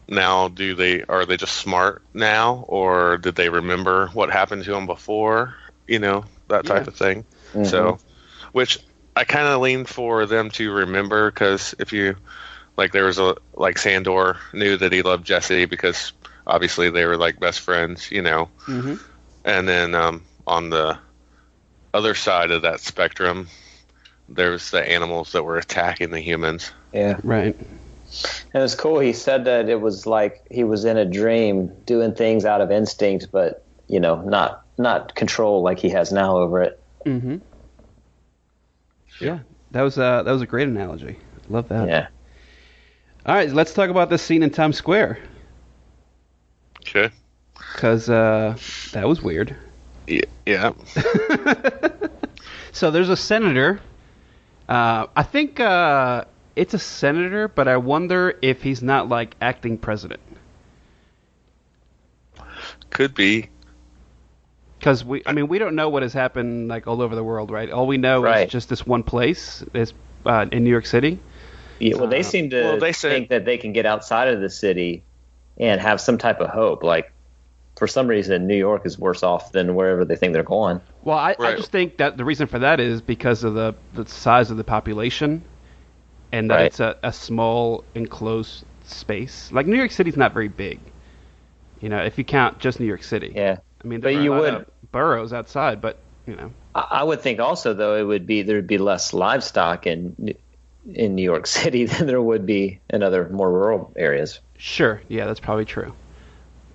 Speaker 2: now do they are they just smart now, or did they remember what happened to them before? You know that type
Speaker 4: Yeah.
Speaker 2: of thing.
Speaker 3: Mm-hmm.
Speaker 2: So, which I kind of leaned for them to remember because if you like, there was a like Sandor knew that he loved Jesse because obviously they were like best friends, you know.
Speaker 4: hmm
Speaker 2: And then um, on the other side of that spectrum, there's the animals that were attacking the humans.
Speaker 3: yeah.
Speaker 4: Right.
Speaker 3: And it's cool. He said that it was like he was in a dream, doing things out of instinct, but you know, not not control like he has now over it.
Speaker 4: hmm Yeah. That was uh, that was a great analogy. Love that.
Speaker 3: Yeah,
Speaker 4: All right, let's talk about this scene in Times Square
Speaker 2: Okay.
Speaker 4: because uh, that was weird.
Speaker 2: Yeah. yeah.
Speaker 4: So there's a senator. Uh, I think uh, it's a senator, but I wonder if he's not like acting president.
Speaker 2: Could be.
Speaker 4: Because we, I mean, we don't know what has happened like all over the world, right? All we know
Speaker 3: Right.
Speaker 4: is just this one place is uh, in New York City.
Speaker 3: Yeah, well,
Speaker 4: Uh,
Speaker 3: they seem to
Speaker 2: well, they said-
Speaker 3: think that they can get outside of the city and have some type of hope. Like, for some reason, New York is worse off than wherever they think they're going.
Speaker 4: Well, I, I
Speaker 2: Right.
Speaker 4: just think that the reason for that is because of the, the size of the population and that
Speaker 3: Right.
Speaker 4: it's a, a small enclosed space. Like New York City's not very big. You know, if you count just New York City.
Speaker 3: Yeah.
Speaker 4: I mean,
Speaker 3: But
Speaker 4: there are a
Speaker 3: you
Speaker 4: lot
Speaker 3: would-
Speaker 4: of boroughs outside, but you know,
Speaker 3: I, I would think also, though, it would be there'd be less livestock in in New York City than there would be in other more rural areas.
Speaker 4: sure, yeah, that's probably true.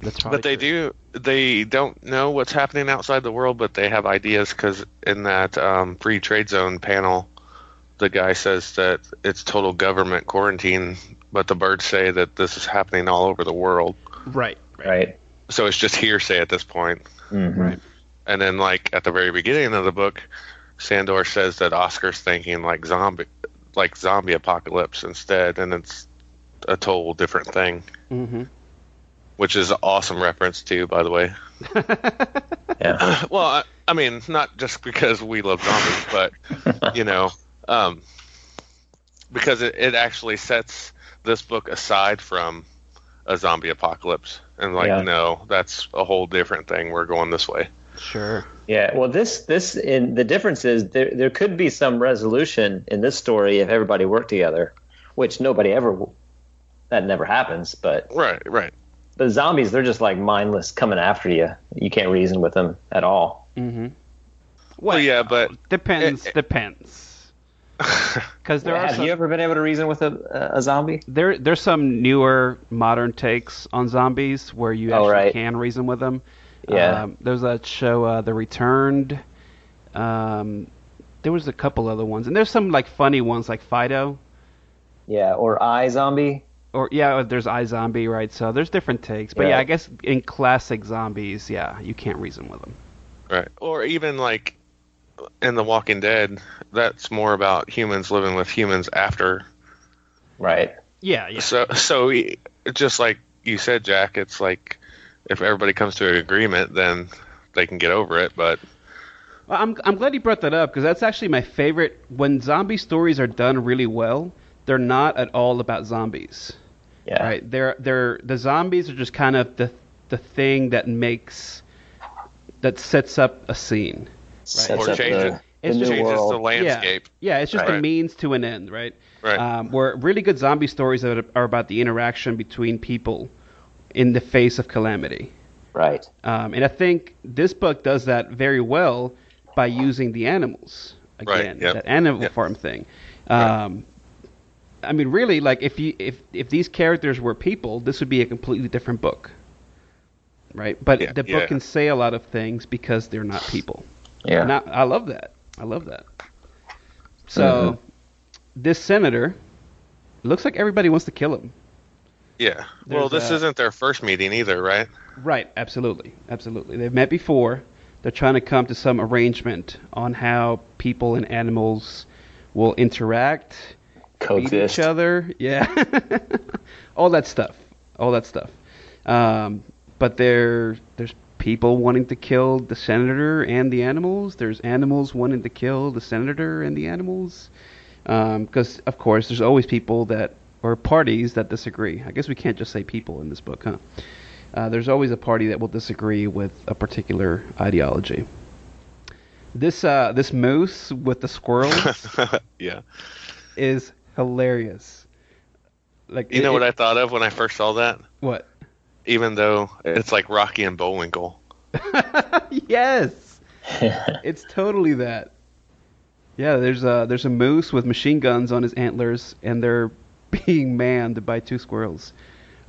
Speaker 4: That's probably
Speaker 2: But they
Speaker 4: true.
Speaker 2: do. They don't know what's happening outside the world, but they have ideas because in that um, free trade zone panel, the guy says that it's total government quarantine, but the birds say that this is happening all over the world.
Speaker 4: right, right,
Speaker 3: Right. Mm-hmm.
Speaker 2: So it's just hearsay at this point.
Speaker 4: right.
Speaker 2: And then, like at the very beginning of the book, Sandor says that Oscar's thinking like zombie, like zombie apocalypse instead, and it's a total different thing,
Speaker 4: hmm
Speaker 2: which is an awesome reference too, by the way.
Speaker 3: Yeah.
Speaker 2: Well, I, I mean, not just because we love zombies, but you know, um, because it, it actually sets this book aside from a zombie apocalypse, and like,
Speaker 3: Yeah.
Speaker 2: no, that's a whole different thing. We're going this way.
Speaker 4: Sure.
Speaker 3: Yeah, well, this this in the difference is there there could be some resolution in this story if everybody worked together, which nobody ever that never happens. But
Speaker 2: Right, right.
Speaker 3: but zombies, they're just like mindless coming after you. You can't reason with them at all.
Speaker 4: Mm-hmm.
Speaker 2: Well, yeah, but
Speaker 4: Depends.
Speaker 2: It- it-
Speaker 4: depends. Because there are
Speaker 3: Have
Speaker 4: some,
Speaker 3: you ever been able to reason with a a zombie?
Speaker 4: there there's some newer modern takes on zombies where you
Speaker 3: Oh,
Speaker 4: actually
Speaker 3: right.
Speaker 4: can reason with them.
Speaker 3: Yeah.
Speaker 4: Um, there's that show, uh, The Returned. Um, there was a couple other ones, and there's some like funny ones like Fido,
Speaker 3: Yeah, or I zombie.
Speaker 4: or yeah, or there's I Zombie, right? So there's different takes, but yeah,
Speaker 3: Right.
Speaker 4: I guess in classic zombies, yeah, you can't reason with them.
Speaker 2: Right. Or even like in The Walking Dead, that's more about humans living with humans after.
Speaker 3: Right.
Speaker 4: Yeah, yeah,
Speaker 2: So so e- just like you said, Jack, it's like if everybody comes to an agreement, then they can get over it. But
Speaker 4: Well, I'm, I'm glad you brought that up because that's actually my favorite. When zombie stories are done really well, they're not at all about zombies.
Speaker 3: Yeah.
Speaker 4: Right? They're they're the zombies are just kind of the the thing that makes that sets up a scene.
Speaker 3: Sets
Speaker 2: or
Speaker 3: up
Speaker 2: change
Speaker 3: the,
Speaker 2: it.
Speaker 3: the
Speaker 4: It's
Speaker 3: new
Speaker 4: just-
Speaker 2: changes
Speaker 3: world.
Speaker 2: the landscape.
Speaker 4: Yeah, yeah it's just a
Speaker 2: Right.
Speaker 4: means to an end, right?
Speaker 2: Right.
Speaker 4: Um, where really good zombie stories are, are about the interaction between people in the face of calamity.
Speaker 3: right.
Speaker 4: Um, and I think this book does that very well by using the animals
Speaker 2: Right,
Speaker 4: again,
Speaker 2: yep,
Speaker 4: that animal
Speaker 2: yep.
Speaker 4: farm thing. Um, I mean, really, like if you if if these characters were people, this would be a completely different book, right? But
Speaker 2: Yeah,
Speaker 4: the book
Speaker 2: yeah.
Speaker 4: can say a lot of things because they're not people.
Speaker 3: Yeah.
Speaker 4: And I, I love that. I love that. So,
Speaker 2: Mm-hmm.
Speaker 4: this senator looks like everybody wants to kill him.
Speaker 2: Yeah. Well,
Speaker 4: There's
Speaker 2: this
Speaker 4: a-
Speaker 2: isn't their first meeting either, right?
Speaker 4: Right, absolutely, absolutely. They've met before. They're trying to come to some arrangement on how people and animals will interact, meet
Speaker 3: Coexist.
Speaker 4: each other, yeah, all that stuff, all that stuff. Um, but there, there's people wanting to kill the senator and the animals. There's animals wanting to kill the senator and the animals. Because of course, there's always people that or parties that disagree. I guess we can't just say people in this book, huh? Uh, there's always a party that will disagree with a particular ideology. This uh, this moose with the squirrels
Speaker 2: yeah.
Speaker 4: is hilarious. Like
Speaker 2: You
Speaker 4: it-
Speaker 2: know what
Speaker 4: it-
Speaker 2: I thought of when I first saw that?
Speaker 4: what?
Speaker 2: Even though it's like Rocky and Bullwinkle.
Speaker 4: yes, it's totally that. Yeah, there's a there's a moose with machine guns on his antlers, and they're being manned by two squirrels.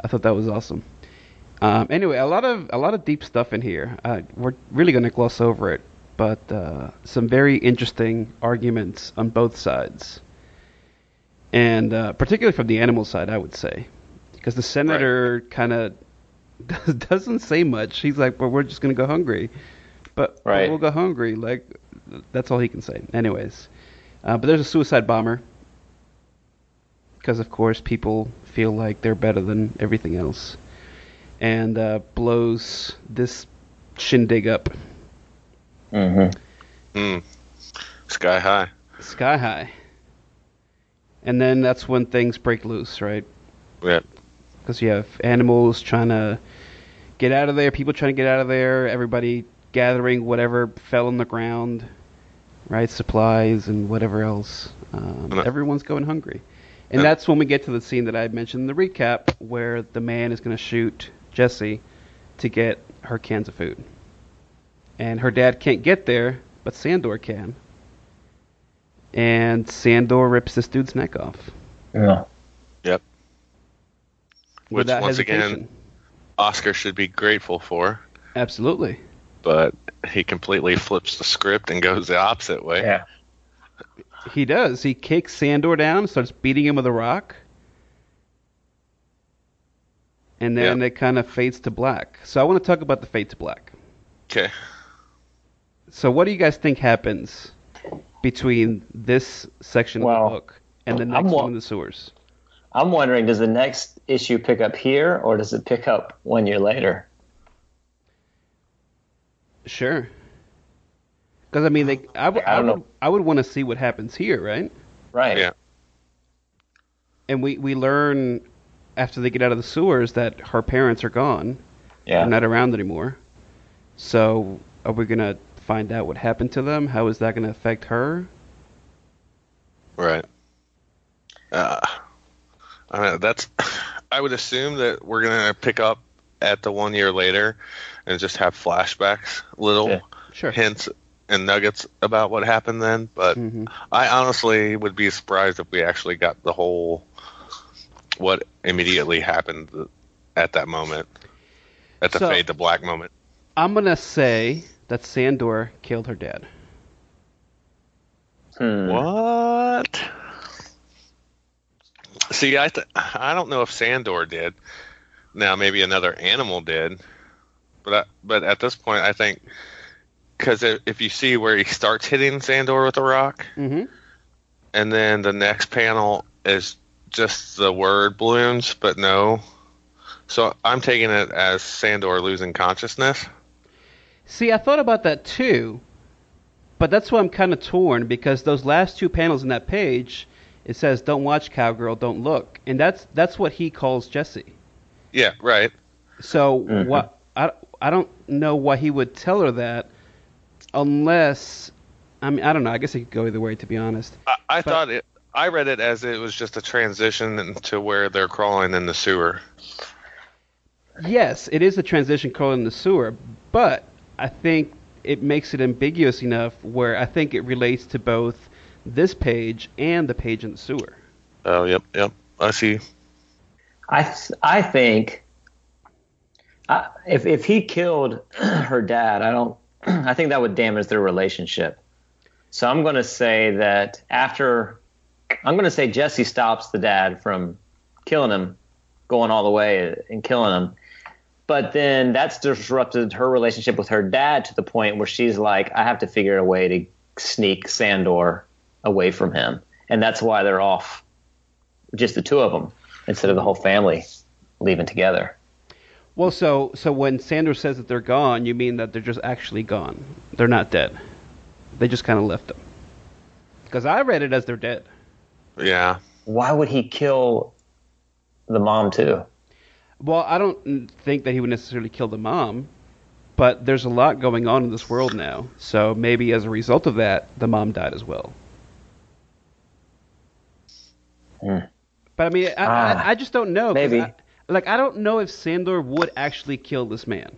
Speaker 4: I thought that was awesome. Um, anyway, a lot of a lot of deep stuff in here. Uh, we're really going to gloss over it, but uh, some very interesting arguments on both sides, and uh, particularly from the animal side, I would say, because the senator kind of doesn't say much. He's like, "Well, we're just going to go hungry," but but
Speaker 3: Right.
Speaker 4: we'll go hungry. Like that's all he can say. Anyways, uh, but there's a suicide bomber because of course people feel like they're better than everything else and uh, blows this shindig up
Speaker 3: Mm-hmm.
Speaker 2: Mm. Sky high.
Speaker 4: Sky high. And then that's when things break loose, right?
Speaker 2: Yeah.
Speaker 4: Because you have animals trying to get out of there, people trying to get out of there, everybody gathering whatever fell on the ground, right? Supplies and whatever else. Um,
Speaker 2: Yeah.
Speaker 4: Everyone's going hungry. And
Speaker 2: Yeah.
Speaker 4: that's when we get to the scene that I had mentioned in the recap where the man is going to shoot Jesse to get her cans of food. And her dad can't get there, but Sandor can. And Sandor rips this dude's neck off.
Speaker 3: Yeah.
Speaker 2: Yep. Which,
Speaker 4: without
Speaker 2: once
Speaker 4: hesitation.
Speaker 2: again, Oscar should be grateful for,
Speaker 4: Absolutely.
Speaker 2: but he completely flips the script and goes the opposite way.
Speaker 3: Yeah.
Speaker 4: He does. He kicks Sandor down, starts beating him with a rock. And then
Speaker 2: Yeah.
Speaker 4: it kind of fades to black. So I want to talk about the fade to black.
Speaker 2: Okay.
Speaker 4: So what do you guys think happens between this section
Speaker 3: Well,
Speaker 4: of the book and the
Speaker 3: I'm
Speaker 4: next
Speaker 3: wa-
Speaker 4: one in the sewers?
Speaker 3: I'm wondering, does the next issue pick up here, or does it pick up one year later?
Speaker 4: Sure. Because I mean, they, I, w-
Speaker 3: I
Speaker 4: I
Speaker 3: don't
Speaker 4: would,
Speaker 3: know.
Speaker 4: I would want to see what happens here, right?
Speaker 3: Right.
Speaker 2: Yeah.
Speaker 4: And we, we learn after they get out of the sewers that her parents are gone.
Speaker 3: Yeah.
Speaker 4: They're not around anymore. So are we gonna find out what happened to them? How is that gonna affect her?
Speaker 2: Right. Uh, I don't know, that's. I would assume that we're gonna pick up at the one year later, and just have flashbacks, little
Speaker 3: Yeah.
Speaker 4: Sure.
Speaker 2: hints and nuggets about what happened then. But
Speaker 3: Hmm.
Speaker 4: Mhm.
Speaker 2: I honestly would be surprised if we actually got the whole what immediately happened at that moment, at the
Speaker 4: So-
Speaker 2: fade to black moment.
Speaker 4: I'm gonna say that Sandor killed her dad.
Speaker 3: Hmm.
Speaker 2: What? See, I th- I don't know if Sandor did. Now maybe another animal did, but I, but at this point I think because if you see where he starts hitting Sandor with a rock,
Speaker 4: Mm-hmm.
Speaker 2: and then the next panel is just the word balloons, but no. So I'm taking it as Sandor losing consciousness.
Speaker 4: See, I thought about that too, but that's why I'm kind of torn because those last two panels in that page, it says, "Don't watch cowgirl, don't look," and that's that's what he calls Jesse.
Speaker 2: Yeah, right.
Speaker 4: So
Speaker 3: Mhm.
Speaker 4: what? I, I don't know why he would tell her that, unless I mean I don't know. I guess it could go either way, to be honest.
Speaker 2: I, I
Speaker 4: But-
Speaker 2: thought it. I read it as it was just a transition to where they're crawling in the sewer.
Speaker 4: Yes, it is a transition crawling in the sewer, but I think it makes it ambiguous enough where I think it relates to both this page and the page in the sewer.
Speaker 2: Oh, yep, yep. I see.
Speaker 3: I th- I think I, if if he killed her dad, I don't. I think that would damage their relationship. So I'm going to say that after, I'm going to say Jesse stops the dad from killing him, going all the way and killing him. But then that's disrupted her relationship with her dad to the point where she's like, I have to figure a way to sneak Sandor away from him, and that's why they're off, just the two of them instead of the whole family leaving together.
Speaker 4: Well, so so when Sandor says that they're gone, you mean that they're just actually gone. They're not dead. They just kind of left them. Because I read it as they're dead.
Speaker 2: Yeah.
Speaker 3: Why would he kill the mom too?
Speaker 4: Well, I don't think that he would necessarily kill the mom, but there's a lot going on in this world now. So maybe as a result of that, the mom died as well.
Speaker 3: Hmm.
Speaker 4: But I mean, I,
Speaker 3: Ah,
Speaker 4: I, I just don't know. 'cause
Speaker 3: maybe.
Speaker 4: I- like, I don't know if Sandor would actually kill this man,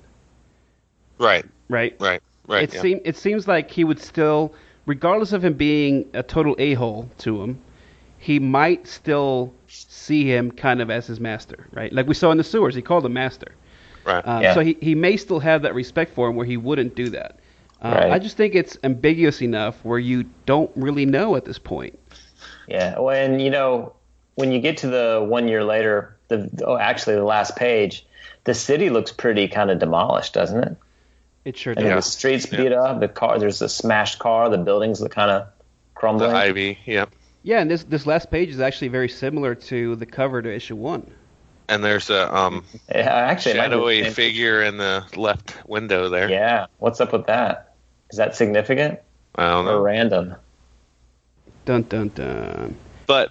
Speaker 2: Right.
Speaker 4: right?
Speaker 2: Right. Right.
Speaker 4: it
Speaker 2: yeah.
Speaker 4: seem it seems like he would still, regardless of him being a total a hole to him, he might still see him kind of as his master, right? Like we saw in the sewers, he called him master.
Speaker 2: right.
Speaker 4: Um,
Speaker 3: Yeah.
Speaker 4: So he, he may still have that respect for him where he wouldn't do that. Um,
Speaker 3: Right.
Speaker 4: I just think it's ambiguous enough where you don't really know at this point.
Speaker 3: Yeah. Well, and you know, when you get to the one year later, the oh, actually the last page, the city looks pretty kind of demolished, doesn't it?
Speaker 4: It sure
Speaker 3: I
Speaker 4: does.
Speaker 3: mean,
Speaker 2: Yeah.
Speaker 3: the streets beat up. The car, there's a smashed car. The buildings look kind of
Speaker 2: the
Speaker 3: crumbling.
Speaker 2: ivy. Yep.
Speaker 4: Yeah, and this this last page is actually very similar to the cover to issue one.
Speaker 2: And there's a um,
Speaker 3: yeah, actually, it might be the
Speaker 2: shadowy
Speaker 3: same-
Speaker 2: figure in the left window there.
Speaker 3: Yeah. What's up with that? Is that significant
Speaker 2: I don't
Speaker 3: or
Speaker 2: know.
Speaker 3: random?
Speaker 4: Dun dun dun.
Speaker 2: But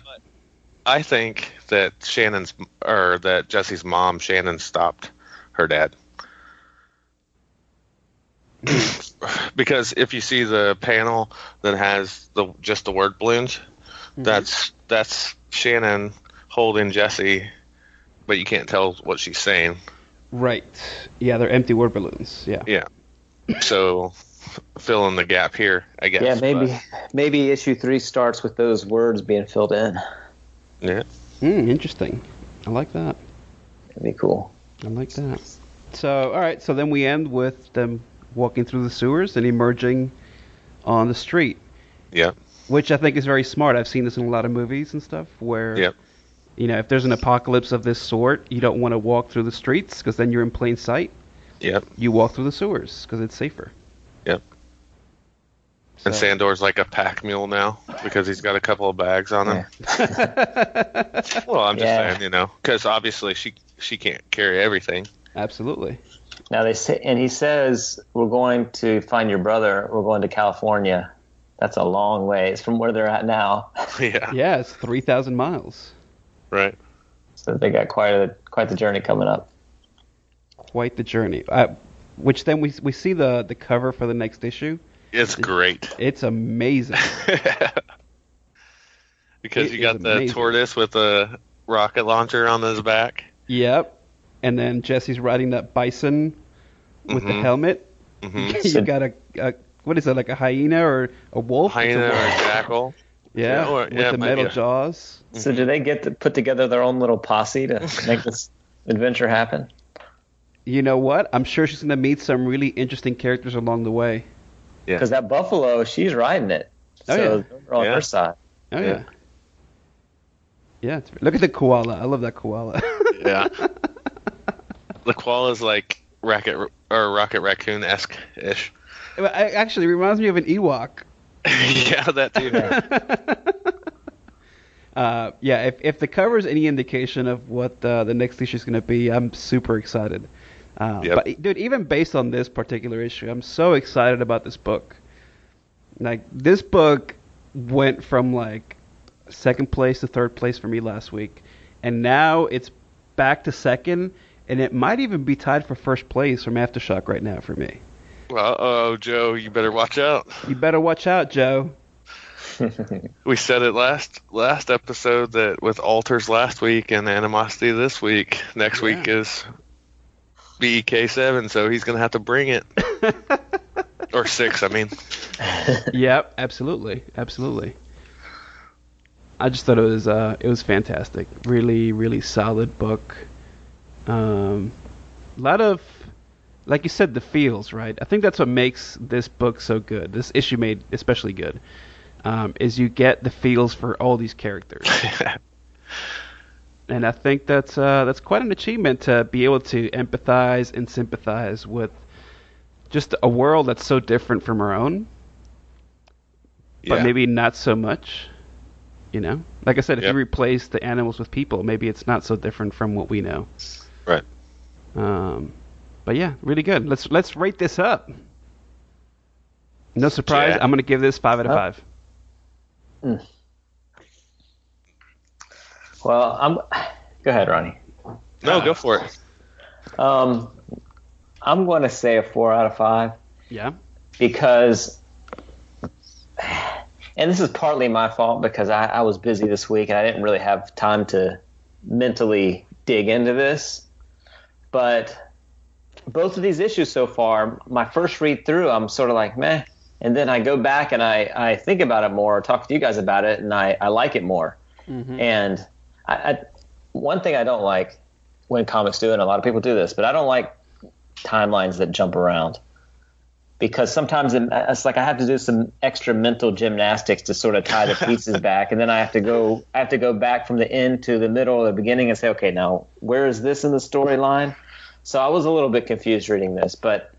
Speaker 2: I think that Shannon's or that Jesse's mom, Shannon, stopped her dad. because if you see the panel that has the just the word balloons,
Speaker 3: Mm-hmm.
Speaker 2: that's that's Shannon holding Jesse, but you can't tell what she's saying.
Speaker 4: Right. Yeah, they're empty word balloons. Yeah.
Speaker 2: Yeah. So fill in the gap here, I guess.
Speaker 3: yeah, maybe
Speaker 2: but-
Speaker 3: maybe issue three starts with those words being filled in.
Speaker 2: yeah.
Speaker 4: Mm, interesting. I like that.
Speaker 3: That'd be cool.
Speaker 4: I like that. So, all right. So then we end with them walking through the sewers and emerging on the street,
Speaker 2: Yeah.
Speaker 4: which I think is very smart. I've seen this in a lot of movies and stuff where,
Speaker 2: Yep.
Speaker 4: you know, if there's an apocalypse of this sort, you don't want to walk through the streets because then you're in plain sight.
Speaker 2: Yep.
Speaker 4: You walk through the sewers because it's safer.
Speaker 2: Yep. And
Speaker 4: So-
Speaker 2: Sandor's like a pack mule now because he's got a couple of bags on him. well, I'm just
Speaker 3: Yeah.
Speaker 2: saying, you know, because obviously she she can't carry everything.
Speaker 4: Absolutely.
Speaker 3: Now they say, and he says, "We're going to find your brother. We're going to California. That's a long ways from where they're at now."
Speaker 2: yeah,
Speaker 4: Yeah, it's 3,000 miles.
Speaker 2: right.
Speaker 3: So they got quite a quite the journey coming up.
Speaker 4: Quite the journey. Uh, which then we, we see the, the cover for the next issue.
Speaker 2: It's great
Speaker 4: It's amazing.
Speaker 2: because
Speaker 4: It
Speaker 2: you
Speaker 4: is
Speaker 2: got the
Speaker 4: amazing.
Speaker 2: tortoise with a rocket launcher on his back.
Speaker 4: Yep. And then Jesse's riding that bison with the
Speaker 2: Mhm.
Speaker 4: helmet.
Speaker 2: Mhm.
Speaker 4: you got a, a what is it like a hyena or a wolf? It's a
Speaker 2: Hyena or
Speaker 4: wolf.
Speaker 2: jackal.
Speaker 4: Yeah,
Speaker 2: yeah, or-
Speaker 4: with
Speaker 2: yeah,
Speaker 4: the
Speaker 2: it might
Speaker 4: metal
Speaker 2: be a-
Speaker 4: jaws.
Speaker 3: So do they get to put together their own little posse to make this adventure happen?
Speaker 4: You know what? I'm sure she's gonna meet some really interesting characters along the way.
Speaker 3: Because that buffalo, she's riding it.
Speaker 4: Oh,
Speaker 3: so
Speaker 4: yeah.
Speaker 3: they're on
Speaker 2: Yeah.
Speaker 3: her side.
Speaker 4: Oh yeah.
Speaker 2: Yeah.
Speaker 4: Yeah, it's, look at the koala. I love that koala.
Speaker 2: Yeah, the koala's like racket or rocket raccoon esque ish.
Speaker 4: It actually reminds me of an Ewok.
Speaker 2: yeah, that too.
Speaker 4: Uh, yeah, if, if the cover is any indication of what uh, the next issue is going to be, I'm super excited. Uh,
Speaker 2: Yep.
Speaker 4: But dude, even based on this particular issue, I'm so excited about this book. Like this book went from like second place to third place for me last week, and now it's back to second, and it might even be tied for first place from AfterShock right now for me.
Speaker 2: Uh oh, Joe, you better watch out.
Speaker 4: You better watch out, Joe.
Speaker 2: We said it last last episode that with alters last week and animosity this week, next
Speaker 4: Yeah.
Speaker 2: week is BEK seven, so he's gonna have to bring it. or six, I mean.
Speaker 4: Yep, absolutely, absolutely. I just thought it was uh, it was fantastic. Really, really solid book. Um, a lot of, like you said, the feels right. I think that's what makes this book so good. This issue made especially good. Um, is you get the feels for all these characters, and I think that's uh, that's quite an achievement to be able to empathize and sympathize with just a world that's so different from our own but
Speaker 2: Yeah.
Speaker 4: maybe not so much. You know, like I said, if
Speaker 2: Yep.
Speaker 4: you replace the animals with people, maybe it's not so different from what we know.
Speaker 2: Right.
Speaker 4: Um, but yeah, really good. Let's let's rate this up. No surprise,
Speaker 2: Yeah.
Speaker 4: I'm gonna give this five out of
Speaker 3: Huh?
Speaker 4: five.
Speaker 3: Well, I'm. Go ahead, Ronnie.
Speaker 2: No,
Speaker 4: Uh,
Speaker 2: go for it.
Speaker 3: Um, I'm going to say a four out of five
Speaker 4: Yeah.
Speaker 3: because, and this is partly my fault because I, I was busy this week and I didn't really have time to mentally dig into this. But both of these issues so far, my first read through, I'm sort of like, meh. And then I go back and I, I think about it more, talk to you guys about it, and I, I like it more. Mm-hmm. And I, I, one thing I don't like when comics do, and a lot of people do this, but I don't like timelines that jump around because sometimes it- it's like I have to do some extra mental gymnastics to sort of tie the pieces back, and then I have to go I have to go back from the end to the middle or the beginning and say, okay, now where is this in the storyline? So I was a little bit confused reading this, but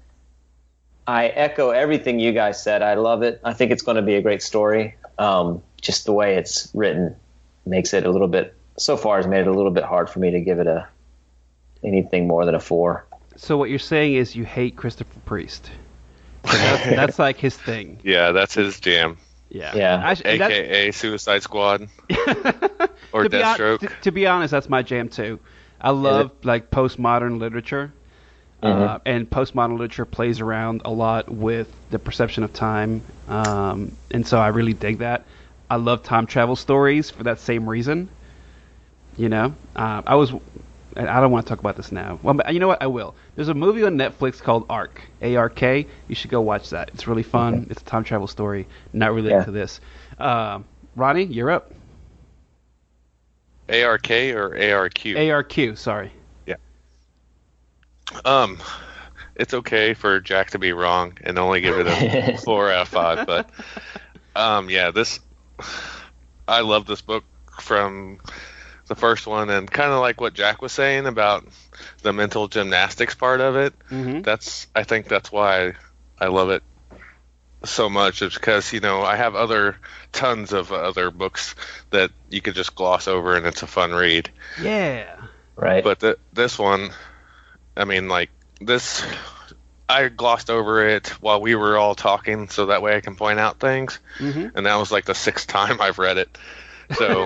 Speaker 3: I echo everything you guys said. I love it. I think it's going to be a great story. Um, just the way it's written makes it a little bit. So far, has made it a little bit hard for me to give it a anything more than a four.
Speaker 4: So what you're saying is you hate Christopher Priest. That's, that's like his thing.
Speaker 2: Yeah, that's his jam.
Speaker 4: Yeah.
Speaker 3: Yeah.
Speaker 4: I sh- and that's-
Speaker 2: AKA Suicide Squad or
Speaker 4: to be hon-
Speaker 2: Deathstroke.
Speaker 4: t- to be honest, that's my jam too. I love like postmodern literature,
Speaker 2: Mm-hmm.
Speaker 4: uh, and postmodern literature plays around a lot with the perception of time, um, and so I really dig that. I love time travel stories for that same reason. You know, um, I was. and I don't want to talk about this now. Well, but you know what? I will. There's a movie on Netflix called Ark, A R K. You should go watch that. It's really fun. It's a time travel story, not related
Speaker 3: Yeah.
Speaker 4: to this. Um, Ronnie, you're up.
Speaker 2: ARK or ARQ?
Speaker 4: ARQ, sorry.
Speaker 2: Um, it's okay for Jack to be wrong and only give it a four out of five. But um, yeah, this I love this book from the first one, and kind of like what Jack was saying about the mental gymnastics part of it.
Speaker 4: Mhm.
Speaker 2: That's I think that's why I love it so much is because you know I have other tons of other books that you could just gloss over and it's a fun read
Speaker 4: Yeah.
Speaker 3: Right.
Speaker 2: but th- this one i mean like this i glossed over it while we were all talking so that way i can point out things
Speaker 4: Mhm.
Speaker 2: and that was like the sixth time i've read it so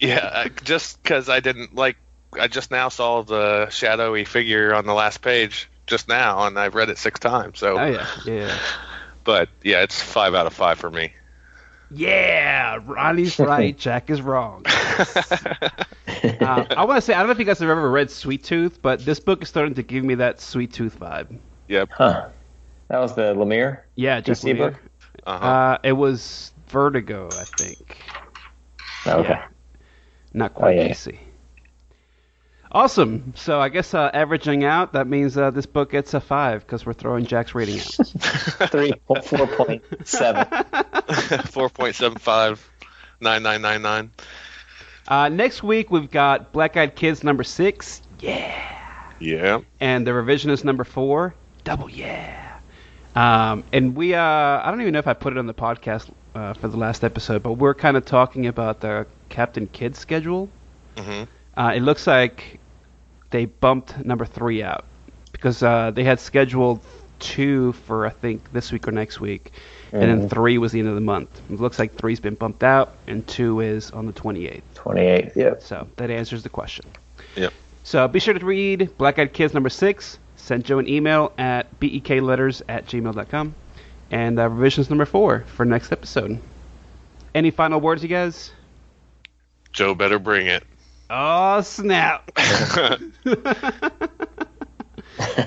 Speaker 2: yeah I- just because i didn't like i just now saw the shadowy figure on the last page just now and i've read it six times so
Speaker 4: Oh yeah. Yeah.
Speaker 2: but yeah it's five out of five for me
Speaker 4: Yeah. Ronnie's right. Jack is wrong. Uh, I want to say I don't know if you guys have ever read Sweet Tooth, but this book is starting to give me that Sweet Tooth vibe.
Speaker 2: yep
Speaker 3: huh. That was the Lemire.
Speaker 4: Yeah, Jack
Speaker 3: DC
Speaker 4: Lemire.
Speaker 3: book?
Speaker 2: uh-huh.
Speaker 4: Uh, it was Vertigo, I think.
Speaker 3: Oh, okay.
Speaker 4: Yeah. Not quite
Speaker 3: yeah, yeah.
Speaker 4: DC. Awesome. So I guess uh, averaging out, that means uh, this book gets a five because we're throwing Jack's rating out.
Speaker 3: Three, four point seven.
Speaker 2: 4.759999
Speaker 4: Uh, next week we've got Black Eyed Kids number six. Yeah.
Speaker 2: yeah
Speaker 4: and the revisionist number four, double yeah. Um, and we, uh, I don't even know if I put it on the podcast uh, for the last episode, but we're kind of talking about the Captain Kidd schedule.
Speaker 2: Mhm.
Speaker 4: Uh, it looks like they bumped number three out because uh, they had scheduled two for I think this week or next week, and then three was the end of the month. It looks like three's been bumped out, and two is on the twenty eighth.
Speaker 3: Twenty-eight. Yep.
Speaker 4: So that answers the question.
Speaker 2: Yep.
Speaker 4: So be sure to read Black Eyed Kids number six. Send Joe an email at bekletters at gmail.com. And uh, revisions number four for next episode. Any final words, you guys?
Speaker 2: joe better bring it
Speaker 4: Oh, snap.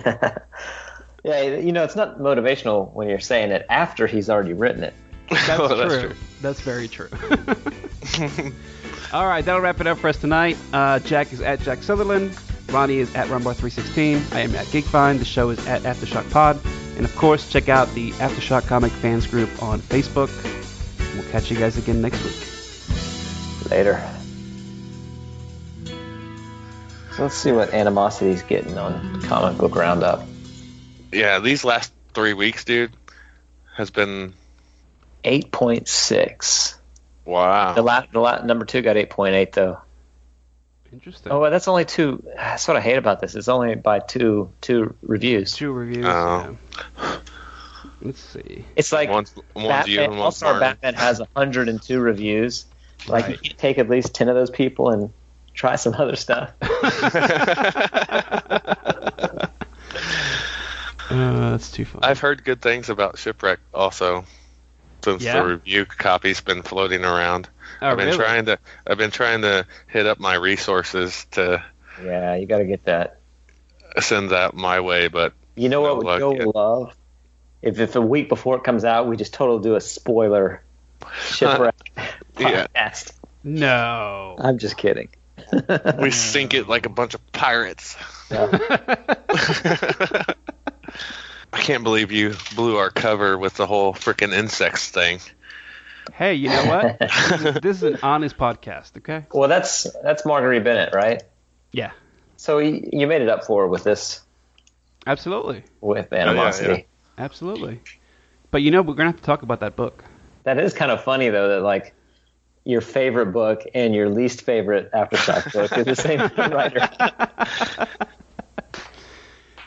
Speaker 3: Yeah. You know, it's not motivational when you're saying it after he's already written it.
Speaker 4: That's,
Speaker 2: Oh,
Speaker 4: true.
Speaker 2: that's
Speaker 4: that's
Speaker 2: true.
Speaker 4: very true. All right, that'll wrap it up for us tonight. Uh, Jack is at Jack Sutherland. Ronnie is at Rumbar316. I am at Geekvine. The show is at Aftershock Pod. And of course, check out the Aftershock Comic Fans group on Facebook. We'll catch you guys again next week.
Speaker 3: Later. So let's see what animosity's getting on comic book roundup.
Speaker 2: yeah, these last three weeks, dude, has been
Speaker 3: Eight point six. The
Speaker 2: wow.
Speaker 3: last, the la number two got eight point eight though.
Speaker 4: Interesting.
Speaker 3: Oh, well, that's only two. That's what I hate about this. It's only by two two reviews.
Speaker 4: Two reviews.
Speaker 2: Oh.
Speaker 4: yeah. Let's see.
Speaker 3: It's like
Speaker 2: one's one's you
Speaker 3: Batman,
Speaker 2: and one's
Speaker 3: also our
Speaker 2: Martin.
Speaker 3: Batman has 102 reviews. Like, you can't take at least 10 of those people and try some other stuff.
Speaker 4: Uh, that's too fun.
Speaker 2: I've heard good things about Shipwreck also, since
Speaker 4: Yeah?
Speaker 2: the review copy's been floating around.
Speaker 4: Oh,
Speaker 2: I've been
Speaker 4: really?
Speaker 2: trying to I've been trying to hit up my resources to
Speaker 3: Yeah, you got to get that.
Speaker 2: send that my way, but
Speaker 3: You know what
Speaker 2: Good
Speaker 3: would
Speaker 2: luck,
Speaker 3: Joe
Speaker 2: yeah.
Speaker 3: love? If, if a week before it comes out, we just totally do a spoiler shipwreck
Speaker 2: Yeah.
Speaker 3: podcast.
Speaker 4: No.
Speaker 3: I'm just kidding.
Speaker 2: we sink it like a bunch of pirates. I can't believe you blew our cover with the whole freaking insects thing.
Speaker 4: Hey, you know what? this, is, this is an honest podcast, okay?
Speaker 3: Well, that's that's Marguerite Bennett, right?
Speaker 4: Yeah,
Speaker 3: So you, you made it up for her with this
Speaker 4: absolutely,
Speaker 3: with animosity.
Speaker 2: Oh, yeah.
Speaker 4: absolutely. But you know, we're gonna have to talk about that book.
Speaker 3: That is kind of funny though that like your favorite book and your least favorite aftershock book is the same writer.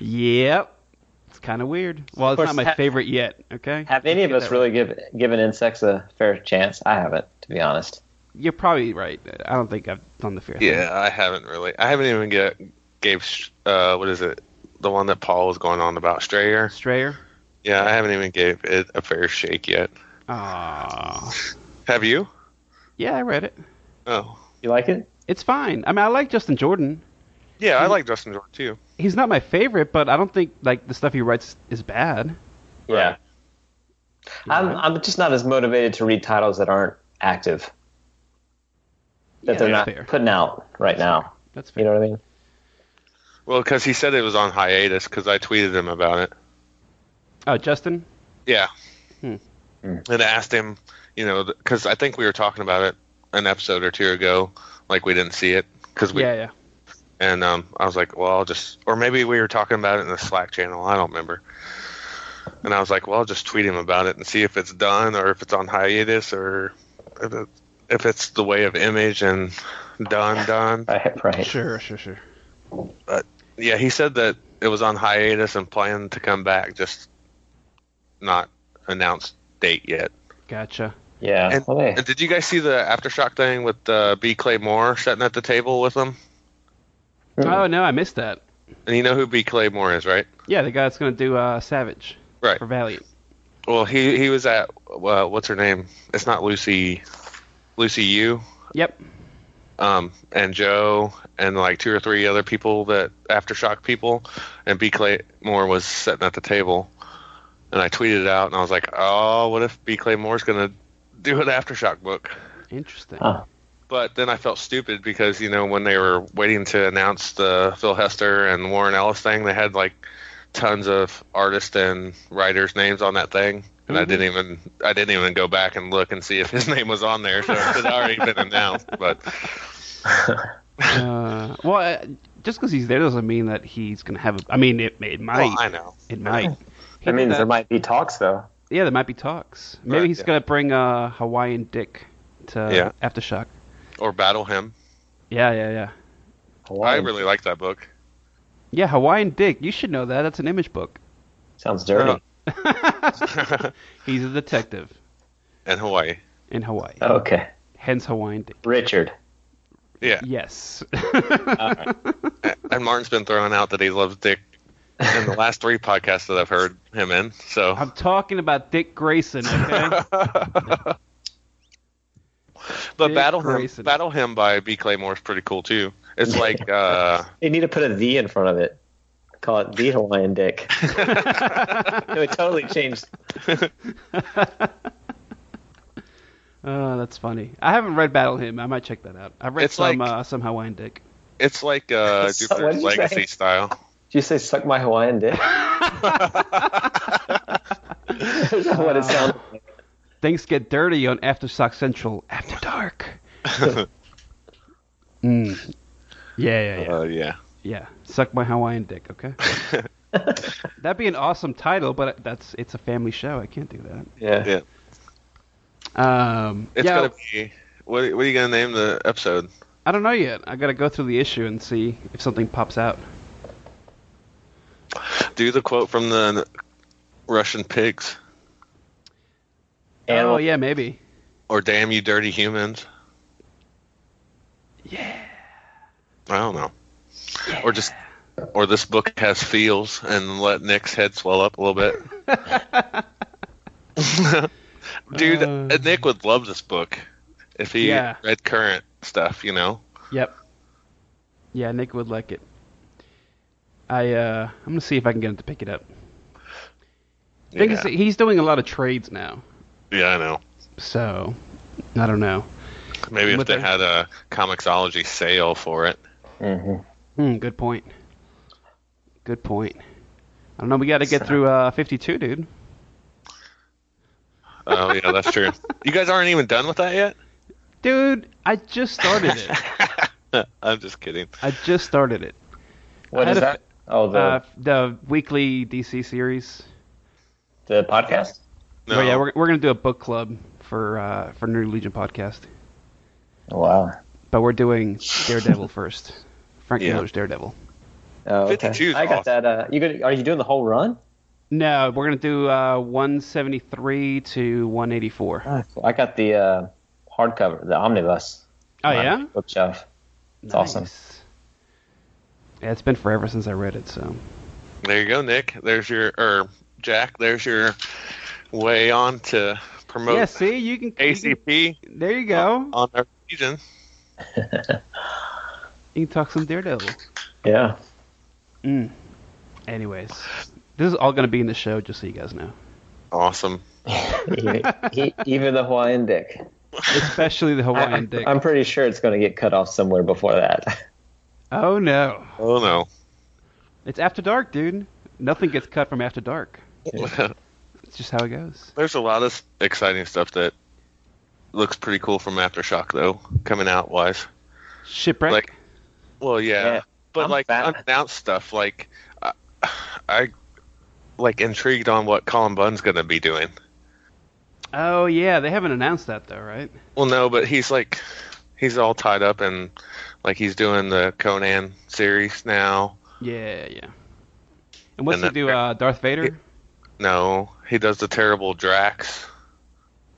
Speaker 4: Yep, it's kind of weird. Well, it's
Speaker 3: course,
Speaker 4: not my
Speaker 3: ha-
Speaker 4: favorite yet. Okay.
Speaker 3: Have any of
Speaker 4: Get
Speaker 3: us
Speaker 4: that
Speaker 3: really give given insects a fair chance? I haven't, to be honest.
Speaker 4: You're probably right. I don't think I've done the fair. thing.
Speaker 2: Yeah, I haven't really. I haven't even get gave sh- uh what is it? The one that Paul was going on about Strayer.
Speaker 4: Strayer.
Speaker 2: Yeah, I haven't even gave it a fair shake yet.
Speaker 4: Ah.
Speaker 2: Have you?
Speaker 4: Yeah, I read it.
Speaker 2: Oh.
Speaker 3: You like it?
Speaker 4: It's fine. I mean, I like Justin Jordan.
Speaker 2: Yeah, I like Justin Jordan too.
Speaker 4: He's not my favorite, but I don't think like the stuff he writes is bad.
Speaker 3: Yeah.
Speaker 2: Right.
Speaker 3: I'm I'm just not as motivated to read titles that aren't active. That
Speaker 4: Yeah,
Speaker 3: they're
Speaker 4: that's
Speaker 3: not
Speaker 4: fair.
Speaker 3: putting out right now.
Speaker 4: That's fair.
Speaker 3: You know what I mean?
Speaker 2: Well, because he said it was on hiatus because I tweeted him about it.
Speaker 4: Oh, Justin.
Speaker 2: Yeah.
Speaker 4: Hmm.
Speaker 2: And asked him, you know, because I think we were talking about it an episode or two ago, like we didn't see it because we
Speaker 4: Yeah, yeah.
Speaker 2: and um, I was like, well, I'll just or maybe we were talking about it in the Slack channel. I don't remember. And I was like, well, I'll just tweet him about it and see if it's done or if it's on hiatus or if, it, if it's the way of image and done done.
Speaker 3: Right, right.
Speaker 4: Sure, sure, sure.
Speaker 2: Yeah, he said that it was on hiatus and planned to come back, just not announced date yet.
Speaker 4: Gotcha.
Speaker 3: Yeah.
Speaker 2: And,
Speaker 3: Well, hey,
Speaker 2: and did you guys see the aftershock thing with uh, B. Clay Moore sitting at the table with him?
Speaker 3: hmm.
Speaker 4: Oh no, I missed that.
Speaker 2: And you know who B. Clay Moore is, right?
Speaker 4: Yeah, the guy that's gonna do uh, Savage
Speaker 2: Right.
Speaker 4: for Valiant.
Speaker 2: Well, he he was at uh, what's her name? It's not Lucy, Lucy Yu,
Speaker 4: Yep.
Speaker 2: um, and Joe, and like two or three other people that aftershock people, and B Claymore was sitting at the table, and I tweeted it out, and I was like, oh, what if B Claymore's gonna do an aftershock book?
Speaker 4: Interesting.
Speaker 3: Huh.
Speaker 2: But then I felt stupid because you know when they were waiting to announce the Phil Hester and Warren Ellis thing, they had like tons of artists and writers' names on that thing, and I
Speaker 4: Mhm.
Speaker 2: didn't even I didn't even go back and look and see if his name was on there, so it had already been announced. But
Speaker 4: Uh, well, uh, just because he's there doesn't mean that he's gonna have. A, I mean, it, it might.
Speaker 2: well, I know.
Speaker 4: It might.
Speaker 3: that means there might be talks though.
Speaker 4: Yeah, there might be talks. Maybe
Speaker 2: Right,
Speaker 4: he's
Speaker 2: yeah.
Speaker 4: gonna bring uh, Hawaiian Dick to
Speaker 2: Yeah.
Speaker 4: aftershock.
Speaker 2: Or battle him.
Speaker 4: Yeah, yeah, yeah.
Speaker 2: I
Speaker 3: Hawaii
Speaker 2: really like that book.
Speaker 4: Yeah, Hawaiian Dick. You should know that. That's an image book.
Speaker 3: sounds dirty.
Speaker 4: He's a detective
Speaker 2: and Hawaii.
Speaker 4: in Hawaii.
Speaker 3: Okay.
Speaker 4: Hence Hawaiian Dick.
Speaker 3: Richard.
Speaker 2: Yeah.
Speaker 4: Yes.
Speaker 2: And Martin's been throwing out that he loves Dick in the last three podcasts that I've heard him in. So
Speaker 4: I'm talking about Dick Grayson, okay?
Speaker 2: But
Speaker 4: Dick
Speaker 2: battle
Speaker 4: Grayson.
Speaker 2: him, battle him by B Claymore is pretty cool too. It's like uh,
Speaker 3: They need to put a the in front of it. Call it the Hawaiian Dick. it would totally change.
Speaker 4: Oh, that's funny. I haven't read Battle Him. I might check that out. I've read
Speaker 2: It's
Speaker 4: some
Speaker 2: like-
Speaker 4: uh, some Hawaiian Dick.
Speaker 2: it's like uh,
Speaker 3: So what
Speaker 2: Jupiter's
Speaker 3: did you say?
Speaker 2: Legacy style.
Speaker 3: Did you say suck my Hawaiian dick? Is that what it sounds like?
Speaker 4: Things get dirty on Aftershock Central after dark. mm. Yeah, yeah, yeah.
Speaker 2: Uh, yeah.
Speaker 4: Yeah. Suck my Hawaiian dick, okay? That'd be an awesome title, but that's it's a family show. I can't do that.
Speaker 3: Yeah.
Speaker 2: Yeah.
Speaker 4: Um,
Speaker 2: It's
Speaker 4: yeah,
Speaker 2: gonna be. What, what are you gonna name the episode?
Speaker 4: I don't know yet. I gotta go through the issue and see if something pops out.
Speaker 2: Do the quote from the Russian pigs
Speaker 4: oh
Speaker 3: Animal-
Speaker 4: yeah, maybe.
Speaker 2: or "Damn you, dirty humans." Yeah. I don't know. Or just. Or this book has feels and let Nick's head swell up a little bit. Dude,
Speaker 3: Um.
Speaker 4: Uh.
Speaker 2: Nick would love this book if he
Speaker 4: Yeah.
Speaker 2: read current stuff, you know?
Speaker 4: Yep. Yeah, Nick would like it. I uh, I'm gonna see if I can get him to pick it up. I think
Speaker 2: Yeah.
Speaker 4: he's, he's doing a lot of trades now,
Speaker 2: Yeah, I know.
Speaker 4: so I don't know.
Speaker 2: Maybe if
Speaker 4: But
Speaker 2: they
Speaker 4: they-
Speaker 2: had a comicsology sale for it.
Speaker 4: Hmm, good point. Good point. I don't know. We got to get through uh, 52, dude.
Speaker 2: Oh yeah, that's true. You guys aren't even done with that yet?
Speaker 4: Dude, I just started it.
Speaker 2: I'm just kidding.
Speaker 4: I just started it.
Speaker 3: What
Speaker 4: I
Speaker 3: is
Speaker 4: had a-
Speaker 3: that? Oh, the,
Speaker 4: Uh, the weekly DC series.
Speaker 3: the podcast?
Speaker 2: No.
Speaker 4: Oh, yeah, we're, we're gonna do a book club for uh, for New Legion podcast,
Speaker 3: Oh, Wow.
Speaker 4: but we're doing Daredevil first. Frank
Speaker 2: Yeah.
Speaker 4: Miller's Daredevil.
Speaker 3: Oh, okay.
Speaker 2: 52 is
Speaker 3: I got
Speaker 2: awesome.
Speaker 3: that. Uh, you gonna, are you doing the whole run?
Speaker 4: No, we're gonna do uh, 173 to 184.
Speaker 3: Ah, cool. I got the uh, hardcover, the omnibus.
Speaker 4: oh
Speaker 3: on my
Speaker 4: yeah,
Speaker 3: bookshelf. It's awesome.
Speaker 4: Yeah, it's been forever since I read it, so
Speaker 2: There you go, Nick. There's your or Jack. There's your way on to promote
Speaker 4: yeah. See, you can. you
Speaker 2: ACP
Speaker 4: can- there you go.
Speaker 2: on our season.
Speaker 4: You can talk some Daredevil.
Speaker 3: Yeah.
Speaker 4: Mm. Anyways, this is all gonna be in the show, just so you guys know.
Speaker 2: Awesome.
Speaker 3: even, he, E, even the Hawaiian dick.
Speaker 4: Especially the
Speaker 3: I-
Speaker 4: Hawaiian
Speaker 3: I'm,
Speaker 4: dick.
Speaker 3: I'm pretty sure it's going to get cut off somewhere before that.
Speaker 4: oh no,
Speaker 2: Oh no.
Speaker 4: it's after dark, dude. Nothing gets cut from after dark. It's just how it goes.
Speaker 2: There's a lot of s- exciting stuff that looks pretty cool from Aftershock though, coming out wise.
Speaker 4: Shipwreck.
Speaker 2: Like- Well, yeah,
Speaker 3: Yeah,
Speaker 2: but
Speaker 3: I'm
Speaker 2: like
Speaker 3: fat.
Speaker 2: unannounced stuff, like I, I like intrigued on what Colin Bunn's gonna be doing.
Speaker 4: oh yeah, they haven't announced that though, right?
Speaker 2: Well, no, but he's like he's all tied up and like he's doing the Conan series now.
Speaker 4: Yeah, yeah. And what's
Speaker 2: And
Speaker 4: he
Speaker 2: then-
Speaker 4: do? Uh, Darth Vader.
Speaker 2: No, he does the terrible Drax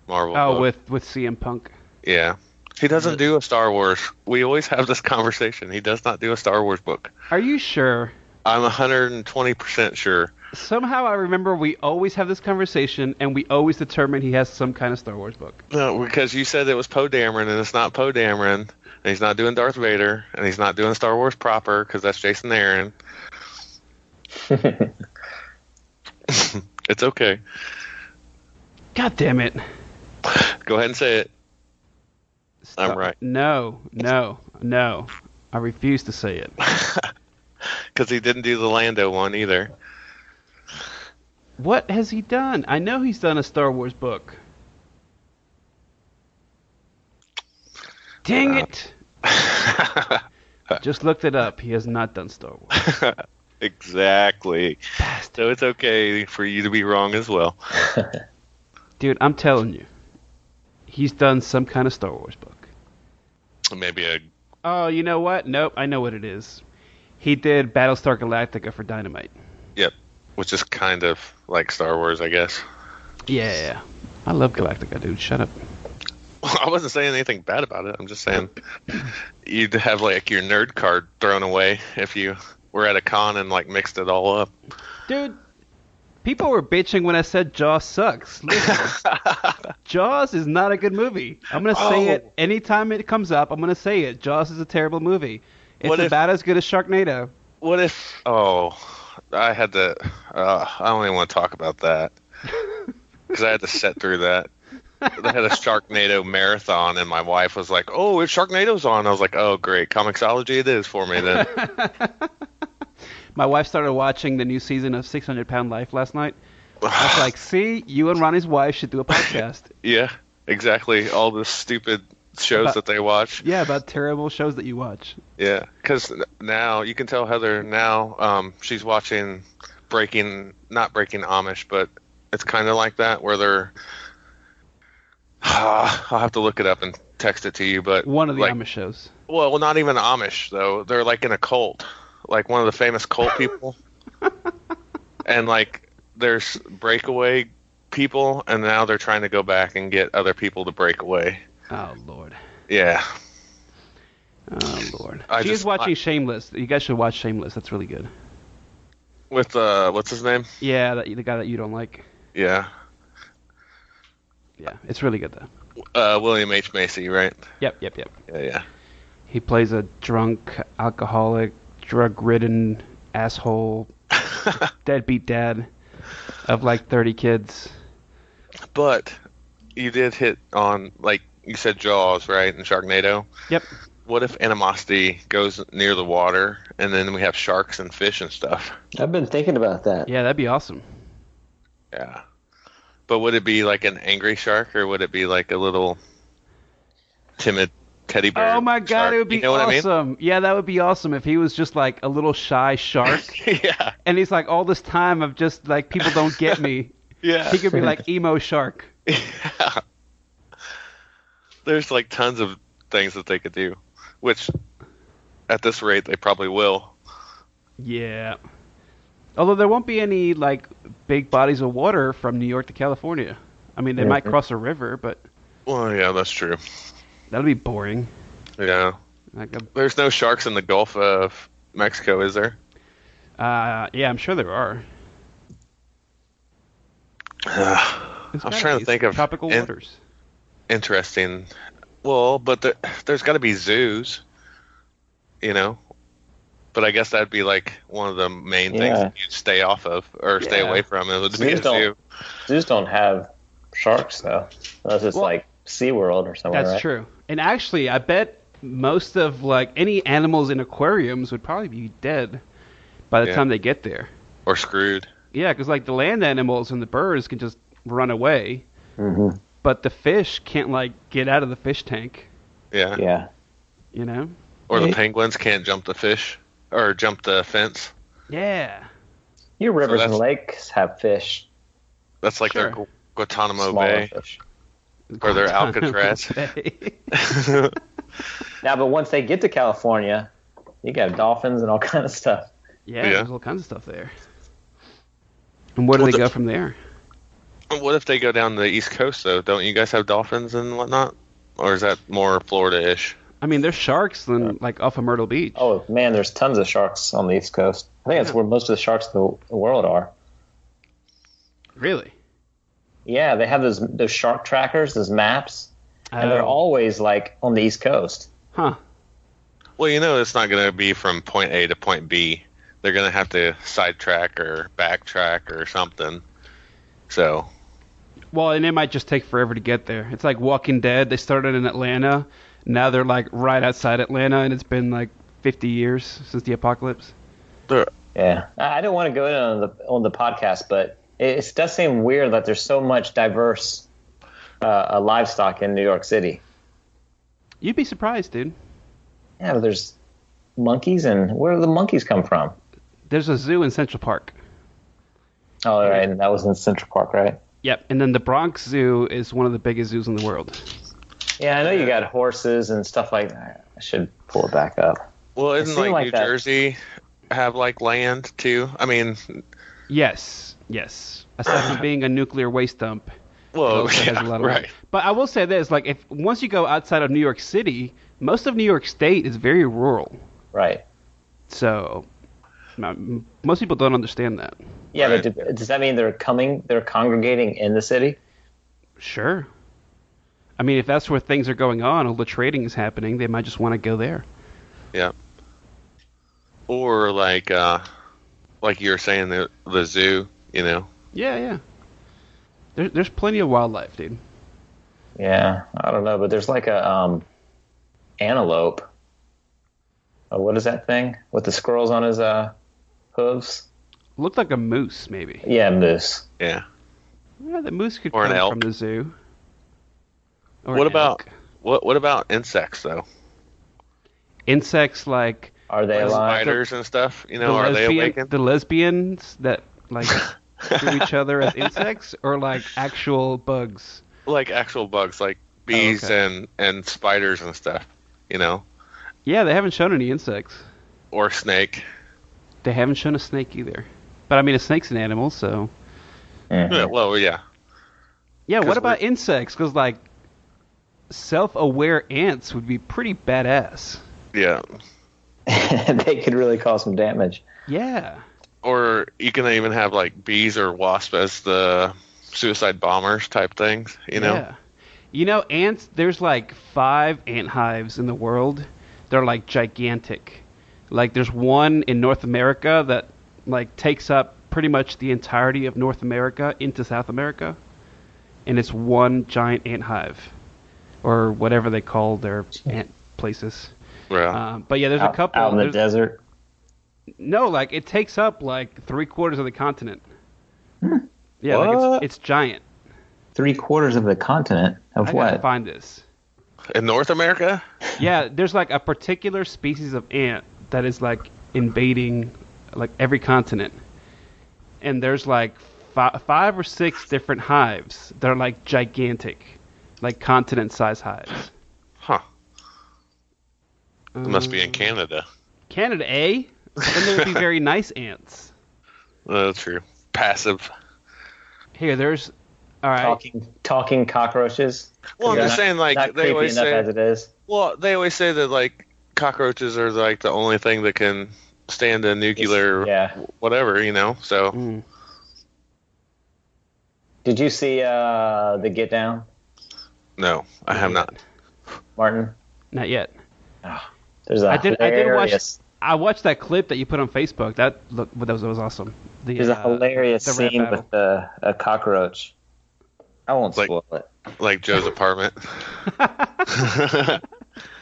Speaker 2: Marvel.
Speaker 4: Oh,
Speaker 2: book.
Speaker 4: with with CM Punk.
Speaker 2: yeah. He doesn't
Speaker 4: The-
Speaker 2: do a Star Wars. We always have this conversation. He does not do a Star Wars book.
Speaker 4: Are you sure?
Speaker 2: I'm 120% sure.
Speaker 4: Somehow I remember we always have this conversation, and we always determine he has some kind of Star Wars book.
Speaker 2: No, because you said it was Poe Dameron, and it's not Poe Dameron, and he's not doing Darth Vader, and he's not doing Star Wars proper, because that's Jason Aaron. it's okay.
Speaker 4: God damn it!
Speaker 2: Go ahead and say it.
Speaker 4: Stop.
Speaker 2: right.
Speaker 4: No, no, no. I refuse to say it.
Speaker 2: Because he didn't do the Lando one either.
Speaker 4: What has he done? I know he's done a Star Wars book. Dang it! Just looked it up. He has not done Star Wars.
Speaker 2: Exactly. So it's okay for you to be wrong as well.
Speaker 4: Dude, I'm telling you. He's done some kind of Star Wars book.
Speaker 2: Maybe a
Speaker 4: Oh, you know what? Nope, I know what it is. He did Battlestar Galactica for Dynamite.
Speaker 2: yep, which is kind of like Star Wars, I guess.
Speaker 4: Yeah. I love Galactica, dude. Shut up.
Speaker 2: I wasn't saying anything bad about it. I'm just saying you'd have like your nerd card thrown away if you were at a con and like mixed it all up.
Speaker 4: Dude, people were bitching when I said Jaws sucks. Listen, Jaws is not a good movie. I'm going to say
Speaker 2: Oh.
Speaker 4: it anytime it comes up. I'm going to say it. Jaws is a terrible movie. It's
Speaker 2: What if-
Speaker 4: about as good as Sharknado.
Speaker 2: What if? Oh, I had to. Uh, I don't even want to talk about that because I had to sit through that. I had a Sharknado marathon, and my wife was like, "Oh, it's Sharknado's on." I was like, "Oh, great, Comixology it is for me then."
Speaker 4: My wife started watching the new season of 600 Pound Life last night. I was like, see, you and Ronnie's wife should do a podcast.
Speaker 2: yeah, exactly. All the stupid shows
Speaker 4: About-
Speaker 2: that they watch.
Speaker 4: yeah, about terrible shows that you watch.
Speaker 2: Yeah, because now you can tell Heather now um, she's watching Breaking, not Breaking Amish, but it's kind of like that where they're. I'll have to look it up and text it to you, but
Speaker 4: One of the
Speaker 2: like,
Speaker 4: Amish shows.
Speaker 2: Well, well, not even Amish though. They're like in a cult, like one of the famous cult people, and like there's breakaway people, and now they're trying to go back and get other people to break away.
Speaker 4: Oh lord.
Speaker 2: Yeah,
Speaker 4: Oh lord.
Speaker 2: I
Speaker 4: she is
Speaker 2: just-
Speaker 4: watching
Speaker 2: I-
Speaker 4: Shameless. You guys should watch Shameless. That's really good.
Speaker 2: with uh, what's his name?
Speaker 4: Yeah, that, the guy that you don't like.
Speaker 2: Yeah,
Speaker 4: Yeah, it's really good though.
Speaker 2: uh, William H Macy, right?
Speaker 4: Yep, yep, yep.
Speaker 2: Yeah, yeah.
Speaker 4: He plays a drunk, alcoholic, drug-ridden asshole, deadbeat dad of like 30 kids.
Speaker 2: But you did hit on like you said Jaws, right? And Sharknado.
Speaker 4: Yep.
Speaker 2: What if animosity goes near the water, and then we have sharks and fish and stuff?
Speaker 3: I've been thinking about that.
Speaker 4: Yeah, that'd be awesome.
Speaker 2: Yeah. But would it be like an angry shark or would it be like a little timid teddy bear?
Speaker 4: Oh my god,
Speaker 2: shark?
Speaker 4: it would be
Speaker 2: you know
Speaker 4: awesome. Yeah, that would be awesome if he was just like a little shy shark
Speaker 2: What I mean? yeah.
Speaker 4: and he's like all this time of just like people don't get me.
Speaker 2: Yeah.
Speaker 4: He could be like emo shark.
Speaker 2: yeah. There's like tons of things that they could do, which at this rate they probably will.
Speaker 4: Yeah. Although there won't be any like big bodies of water from New York to California. I mean, they might
Speaker 3: Mhm.
Speaker 4: cross a river, but
Speaker 2: Well, yeah, that's true.
Speaker 4: that'll be boring.
Speaker 2: Yeah,
Speaker 4: Like, a-
Speaker 2: there's no sharks in the Gulf of Mexico, is there?
Speaker 4: uh, yeah, I'm sure there are. There's
Speaker 2: I was
Speaker 4: gotta
Speaker 2: trying
Speaker 4: be.
Speaker 2: to think of
Speaker 4: tropical
Speaker 2: in-
Speaker 4: waters.
Speaker 2: Interesting. Well, but there, there's got to be zoos, you know. But I guess that'd be like one of the main things
Speaker 3: Yeah.
Speaker 2: that you'd stay off of or stay
Speaker 4: Yeah.
Speaker 2: away from. It would be
Speaker 3: Zoos
Speaker 2: a zoo.
Speaker 3: don't- Zoos don't have sharks though. Unless it's
Speaker 4: Well-
Speaker 3: like SeaWorld or somewhere.
Speaker 4: That's
Speaker 3: Oh, right?
Speaker 4: true. And actually, I bet most of like any animals in aquariums would probably be dead by the
Speaker 2: Yeah.
Speaker 4: time they get there.
Speaker 2: Or screwed.
Speaker 4: Yeah, because like the land animals and the birds can just run away,
Speaker 3: Mhm.
Speaker 4: but the fish can't like get out of the fish tank.
Speaker 2: Yeah.
Speaker 3: Yeah.
Speaker 4: You know?
Speaker 2: Or the
Speaker 3: Yeah.
Speaker 2: penguins can't jump the fish or jump the fence.
Speaker 4: Yeah.
Speaker 3: Your rivers and
Speaker 2: that's-
Speaker 3: lakes have fish.
Speaker 2: That's like their
Speaker 4: Sure.
Speaker 2: Gu- Guantanamo
Speaker 3: Smaller
Speaker 2: Bay.
Speaker 3: fish.
Speaker 2: Or they're
Speaker 4: Guantanamo
Speaker 2: Alcatraz.
Speaker 4: Bay.
Speaker 3: Now, but once they get to California, you got dolphins and all kind of stuff.
Speaker 4: yeah,
Speaker 2: Yeah.
Speaker 4: there's all kinds of stuff there. And where do
Speaker 2: Well,
Speaker 4: they
Speaker 2: the-
Speaker 4: go from there?
Speaker 2: what if they go down the East Coast though? Don't you guys have dolphins and whatnot? Or is that more Florida-ish?
Speaker 4: I mean, there's sharks than like off of Myrtle Beach.
Speaker 3: Oh man, there's tons of sharks on the East Coast. I think that's
Speaker 4: Yeah.
Speaker 3: where most of the sharks in the- the world are.
Speaker 4: really?
Speaker 3: Yeah, they have those those shark trackers, those maps, and they're
Speaker 4: Oh.
Speaker 3: always like on the East Coast.
Speaker 4: Huh.
Speaker 2: Well, you know, it's not going to be from point A to point B. They're going to have to sidetrack or backtrack or something. So,
Speaker 4: Well, and it might just take forever to get there. It's like Walking Dead. They started in Atlanta. Now they're like right outside Atlanta, and it's been like 50 years since the apocalypse.
Speaker 2: there,
Speaker 3: Yeah, I I don't want to go in on the on the podcast, but it, it does seem weird that there's so much diverse uh, uh, livestock in New York City.
Speaker 4: You'd be surprised, dude.
Speaker 3: Yeah, but there's monkeys, and where do the monkeys come from?
Speaker 4: There's a zoo in Central Park.
Speaker 3: Oh, all right, and that was in Central Park, right?
Speaker 4: Yep. And then the Bronx Zoo is one of the biggest zoos in the world.
Speaker 3: Yeah, I know you got horses and stuff like that. I should pull it back up.
Speaker 2: well,
Speaker 3: It
Speaker 2: isn't
Speaker 3: seemed
Speaker 2: like,
Speaker 3: like
Speaker 2: New
Speaker 3: that.
Speaker 2: Jersey have like land too? I mean,
Speaker 4: Yes. Yes. Aside from being a nuclear waste dump, it
Speaker 2: well,
Speaker 4: also has
Speaker 2: yeah,
Speaker 4: a lot of
Speaker 2: right.
Speaker 4: But I will say this: like, if once you go outside of New York City, most of New York State is very rural.
Speaker 3: Right.
Speaker 4: So, m- most people don't understand that.
Speaker 3: Yeah,
Speaker 2: Right.
Speaker 3: but do, does that mean they're coming? They're congregating in the city?
Speaker 4: Sure. I mean, if that's where things are going on, all the trading is happening, they might just want to go there.
Speaker 2: Yeah. Or like, uh, like you were saying, the the zoo. You know,
Speaker 4: Yeah, yeah. There, there's plenty of wildlife, dude.
Speaker 3: Yeah, I don't know, but there's like a um, antelope. Uh, what is that thing with the squirrels on his uh, hooves?
Speaker 4: Looked like a moose, maybe.
Speaker 3: Yeah, moose.
Speaker 2: yeah.
Speaker 4: Yeah, the moose could
Speaker 2: Or an
Speaker 4: come
Speaker 2: elk.
Speaker 4: from the zoo. Or
Speaker 2: What
Speaker 4: an
Speaker 2: about-
Speaker 4: elk.
Speaker 2: What what about insects though?
Speaker 4: insects like
Speaker 3: Are they alive?
Speaker 2: Spiders and stuff. You know,
Speaker 4: the,
Speaker 2: are they
Speaker 4: lesbian,
Speaker 2: awakened?
Speaker 4: the lesbians that like do each other as insects, or like actual bugs?
Speaker 2: Like actual bugs, like bees
Speaker 4: okay.
Speaker 2: and and spiders and stuff. You know,
Speaker 4: Yeah, they haven't shown any insects.
Speaker 2: or snake.
Speaker 4: They haven't shown a snake either. But I mean, a snake's an animal, so
Speaker 3: Hmm.
Speaker 2: Yeah, well, yeah.
Speaker 4: Yeah,
Speaker 2: 'Cause
Speaker 4: what about
Speaker 2: we're-
Speaker 4: insects? Because like self-aware ants would be pretty badass.
Speaker 2: Yeah.
Speaker 3: Mm-hmm. they could really cause some damage.
Speaker 4: Yeah,
Speaker 2: Or you can even have like bees or wasps as the suicide bombers type things, you know?
Speaker 4: yeah. You know, ants. There's like five ant hives in the world. They're like gigantic. Like there's one in North America that like takes up pretty much the entirety of North America into South America, and it's one giant ant hive, or whatever they call their ant places.
Speaker 2: Well,
Speaker 4: Um, but yeah, there's
Speaker 3: Uh, out,
Speaker 4: a couple.
Speaker 3: out in the
Speaker 4: there's-
Speaker 3: desert.
Speaker 4: No, like it takes up like three quarters of the continent. Yeah, like
Speaker 3: Hmm. What?
Speaker 4: it's, it's giant.
Speaker 3: Three quarters of the continent of
Speaker 4: I gotta
Speaker 3: what?
Speaker 4: find this.
Speaker 2: in North America?
Speaker 4: Yeah, there's like a particular species of ant that is like invading like every continent, and there's like fi- five or six different hives that are like gigantic, like continent-sized hives.
Speaker 2: Huh. It must be in Canada.
Speaker 4: Um, Canada, eh? Then there would be very nice ants.
Speaker 2: Uh, That's true. Passive.
Speaker 4: Here, there's. All right.
Speaker 3: Talking talking cockroaches.
Speaker 2: Well, I'm
Speaker 3: They're
Speaker 2: just
Speaker 3: not-
Speaker 2: saying, like,
Speaker 3: not
Speaker 2: they
Speaker 3: creepy
Speaker 2: always
Speaker 3: enough
Speaker 2: say-
Speaker 3: as it is.
Speaker 2: Well, they always say that like cockroaches are like the only thing that can stand a nuclear
Speaker 3: Yeah.
Speaker 2: whatever, you know. So
Speaker 4: Mm.
Speaker 3: Did you see uh, the Get Down,
Speaker 2: no, I have not.
Speaker 3: Martin?
Speaker 4: Not yet.
Speaker 3: There's a
Speaker 4: I did. I did watch.
Speaker 3: hilarious.
Speaker 4: I watched that clip that you put on Facebook. That look. That was, that was awesome. The,
Speaker 3: There's a
Speaker 4: uh,
Speaker 3: hilarious
Speaker 4: the rap
Speaker 3: scene
Speaker 4: battle.
Speaker 3: with uh, a cockroach. I won't
Speaker 2: Like-
Speaker 3: spoil it.
Speaker 2: Like Joe's apartment.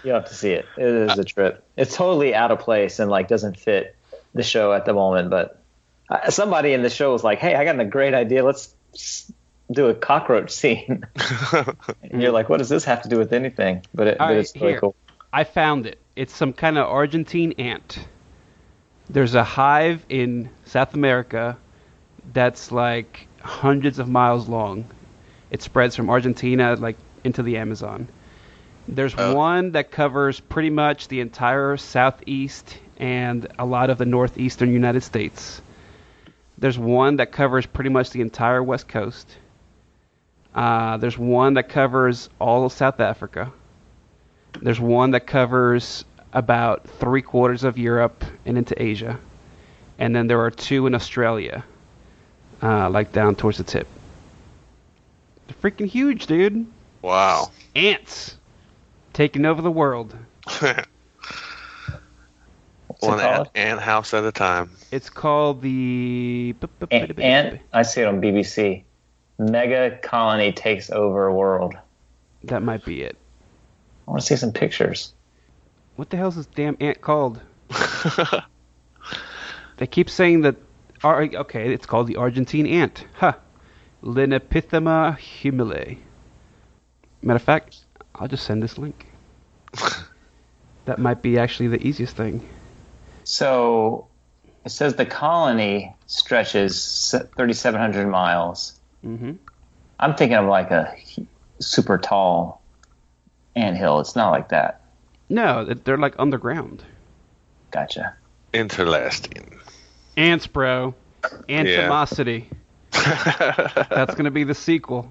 Speaker 3: You have to see it. It is a trip. It's totally out of place and like doesn't fit the show at the moment. But uh, somebody in the show was like, "Hey, I got a great idea. Let's s- do a cockroach scene." and you're like, "What does this have to do with anything?" But, it,
Speaker 4: All
Speaker 3: but
Speaker 4: right,
Speaker 3: it's really
Speaker 4: here.
Speaker 3: cool.
Speaker 4: I found it. It's some kind of Argentine ant. There's a hive in South America that's like hundreds of miles long. It spreads from Argentina like into the Amazon. There's
Speaker 2: Oh.
Speaker 4: one that covers pretty much the entire southeast and a lot of the northeastern United States. There's one that covers pretty much the entire west coast. Uh, there's one that covers all of South Africa. There's one that covers about three quarters of Europe and into Asia, and then there are two in Australia, uh, like down towards the tip. They're freaking huge, dude.
Speaker 2: wow.
Speaker 4: Ants taking over the world.
Speaker 3: it
Speaker 2: One
Speaker 3: called?
Speaker 2: ant, ant house at a time.
Speaker 4: It's called the
Speaker 3: A- and I see it on BBC. Mega colony takes over world.
Speaker 4: That might be it.
Speaker 3: I want to see some pictures.
Speaker 4: What the hell's this damn ant called? They keep saying that. Ar- okay, it's called the Argentine ant. Huh. Linepithema humile. Matter of fact, I'll just send this link. that might be actually the easiest thing.
Speaker 3: So it says the colony stretches 3,700 miles.
Speaker 4: hmm
Speaker 3: I'm thinking of like a h- super tall anthill. It's not like that.
Speaker 4: No, th- they're like underground.
Speaker 3: Gotcha.
Speaker 2: Interlasting.
Speaker 4: Ants, bro. Antimosity. That's going to be the sequel.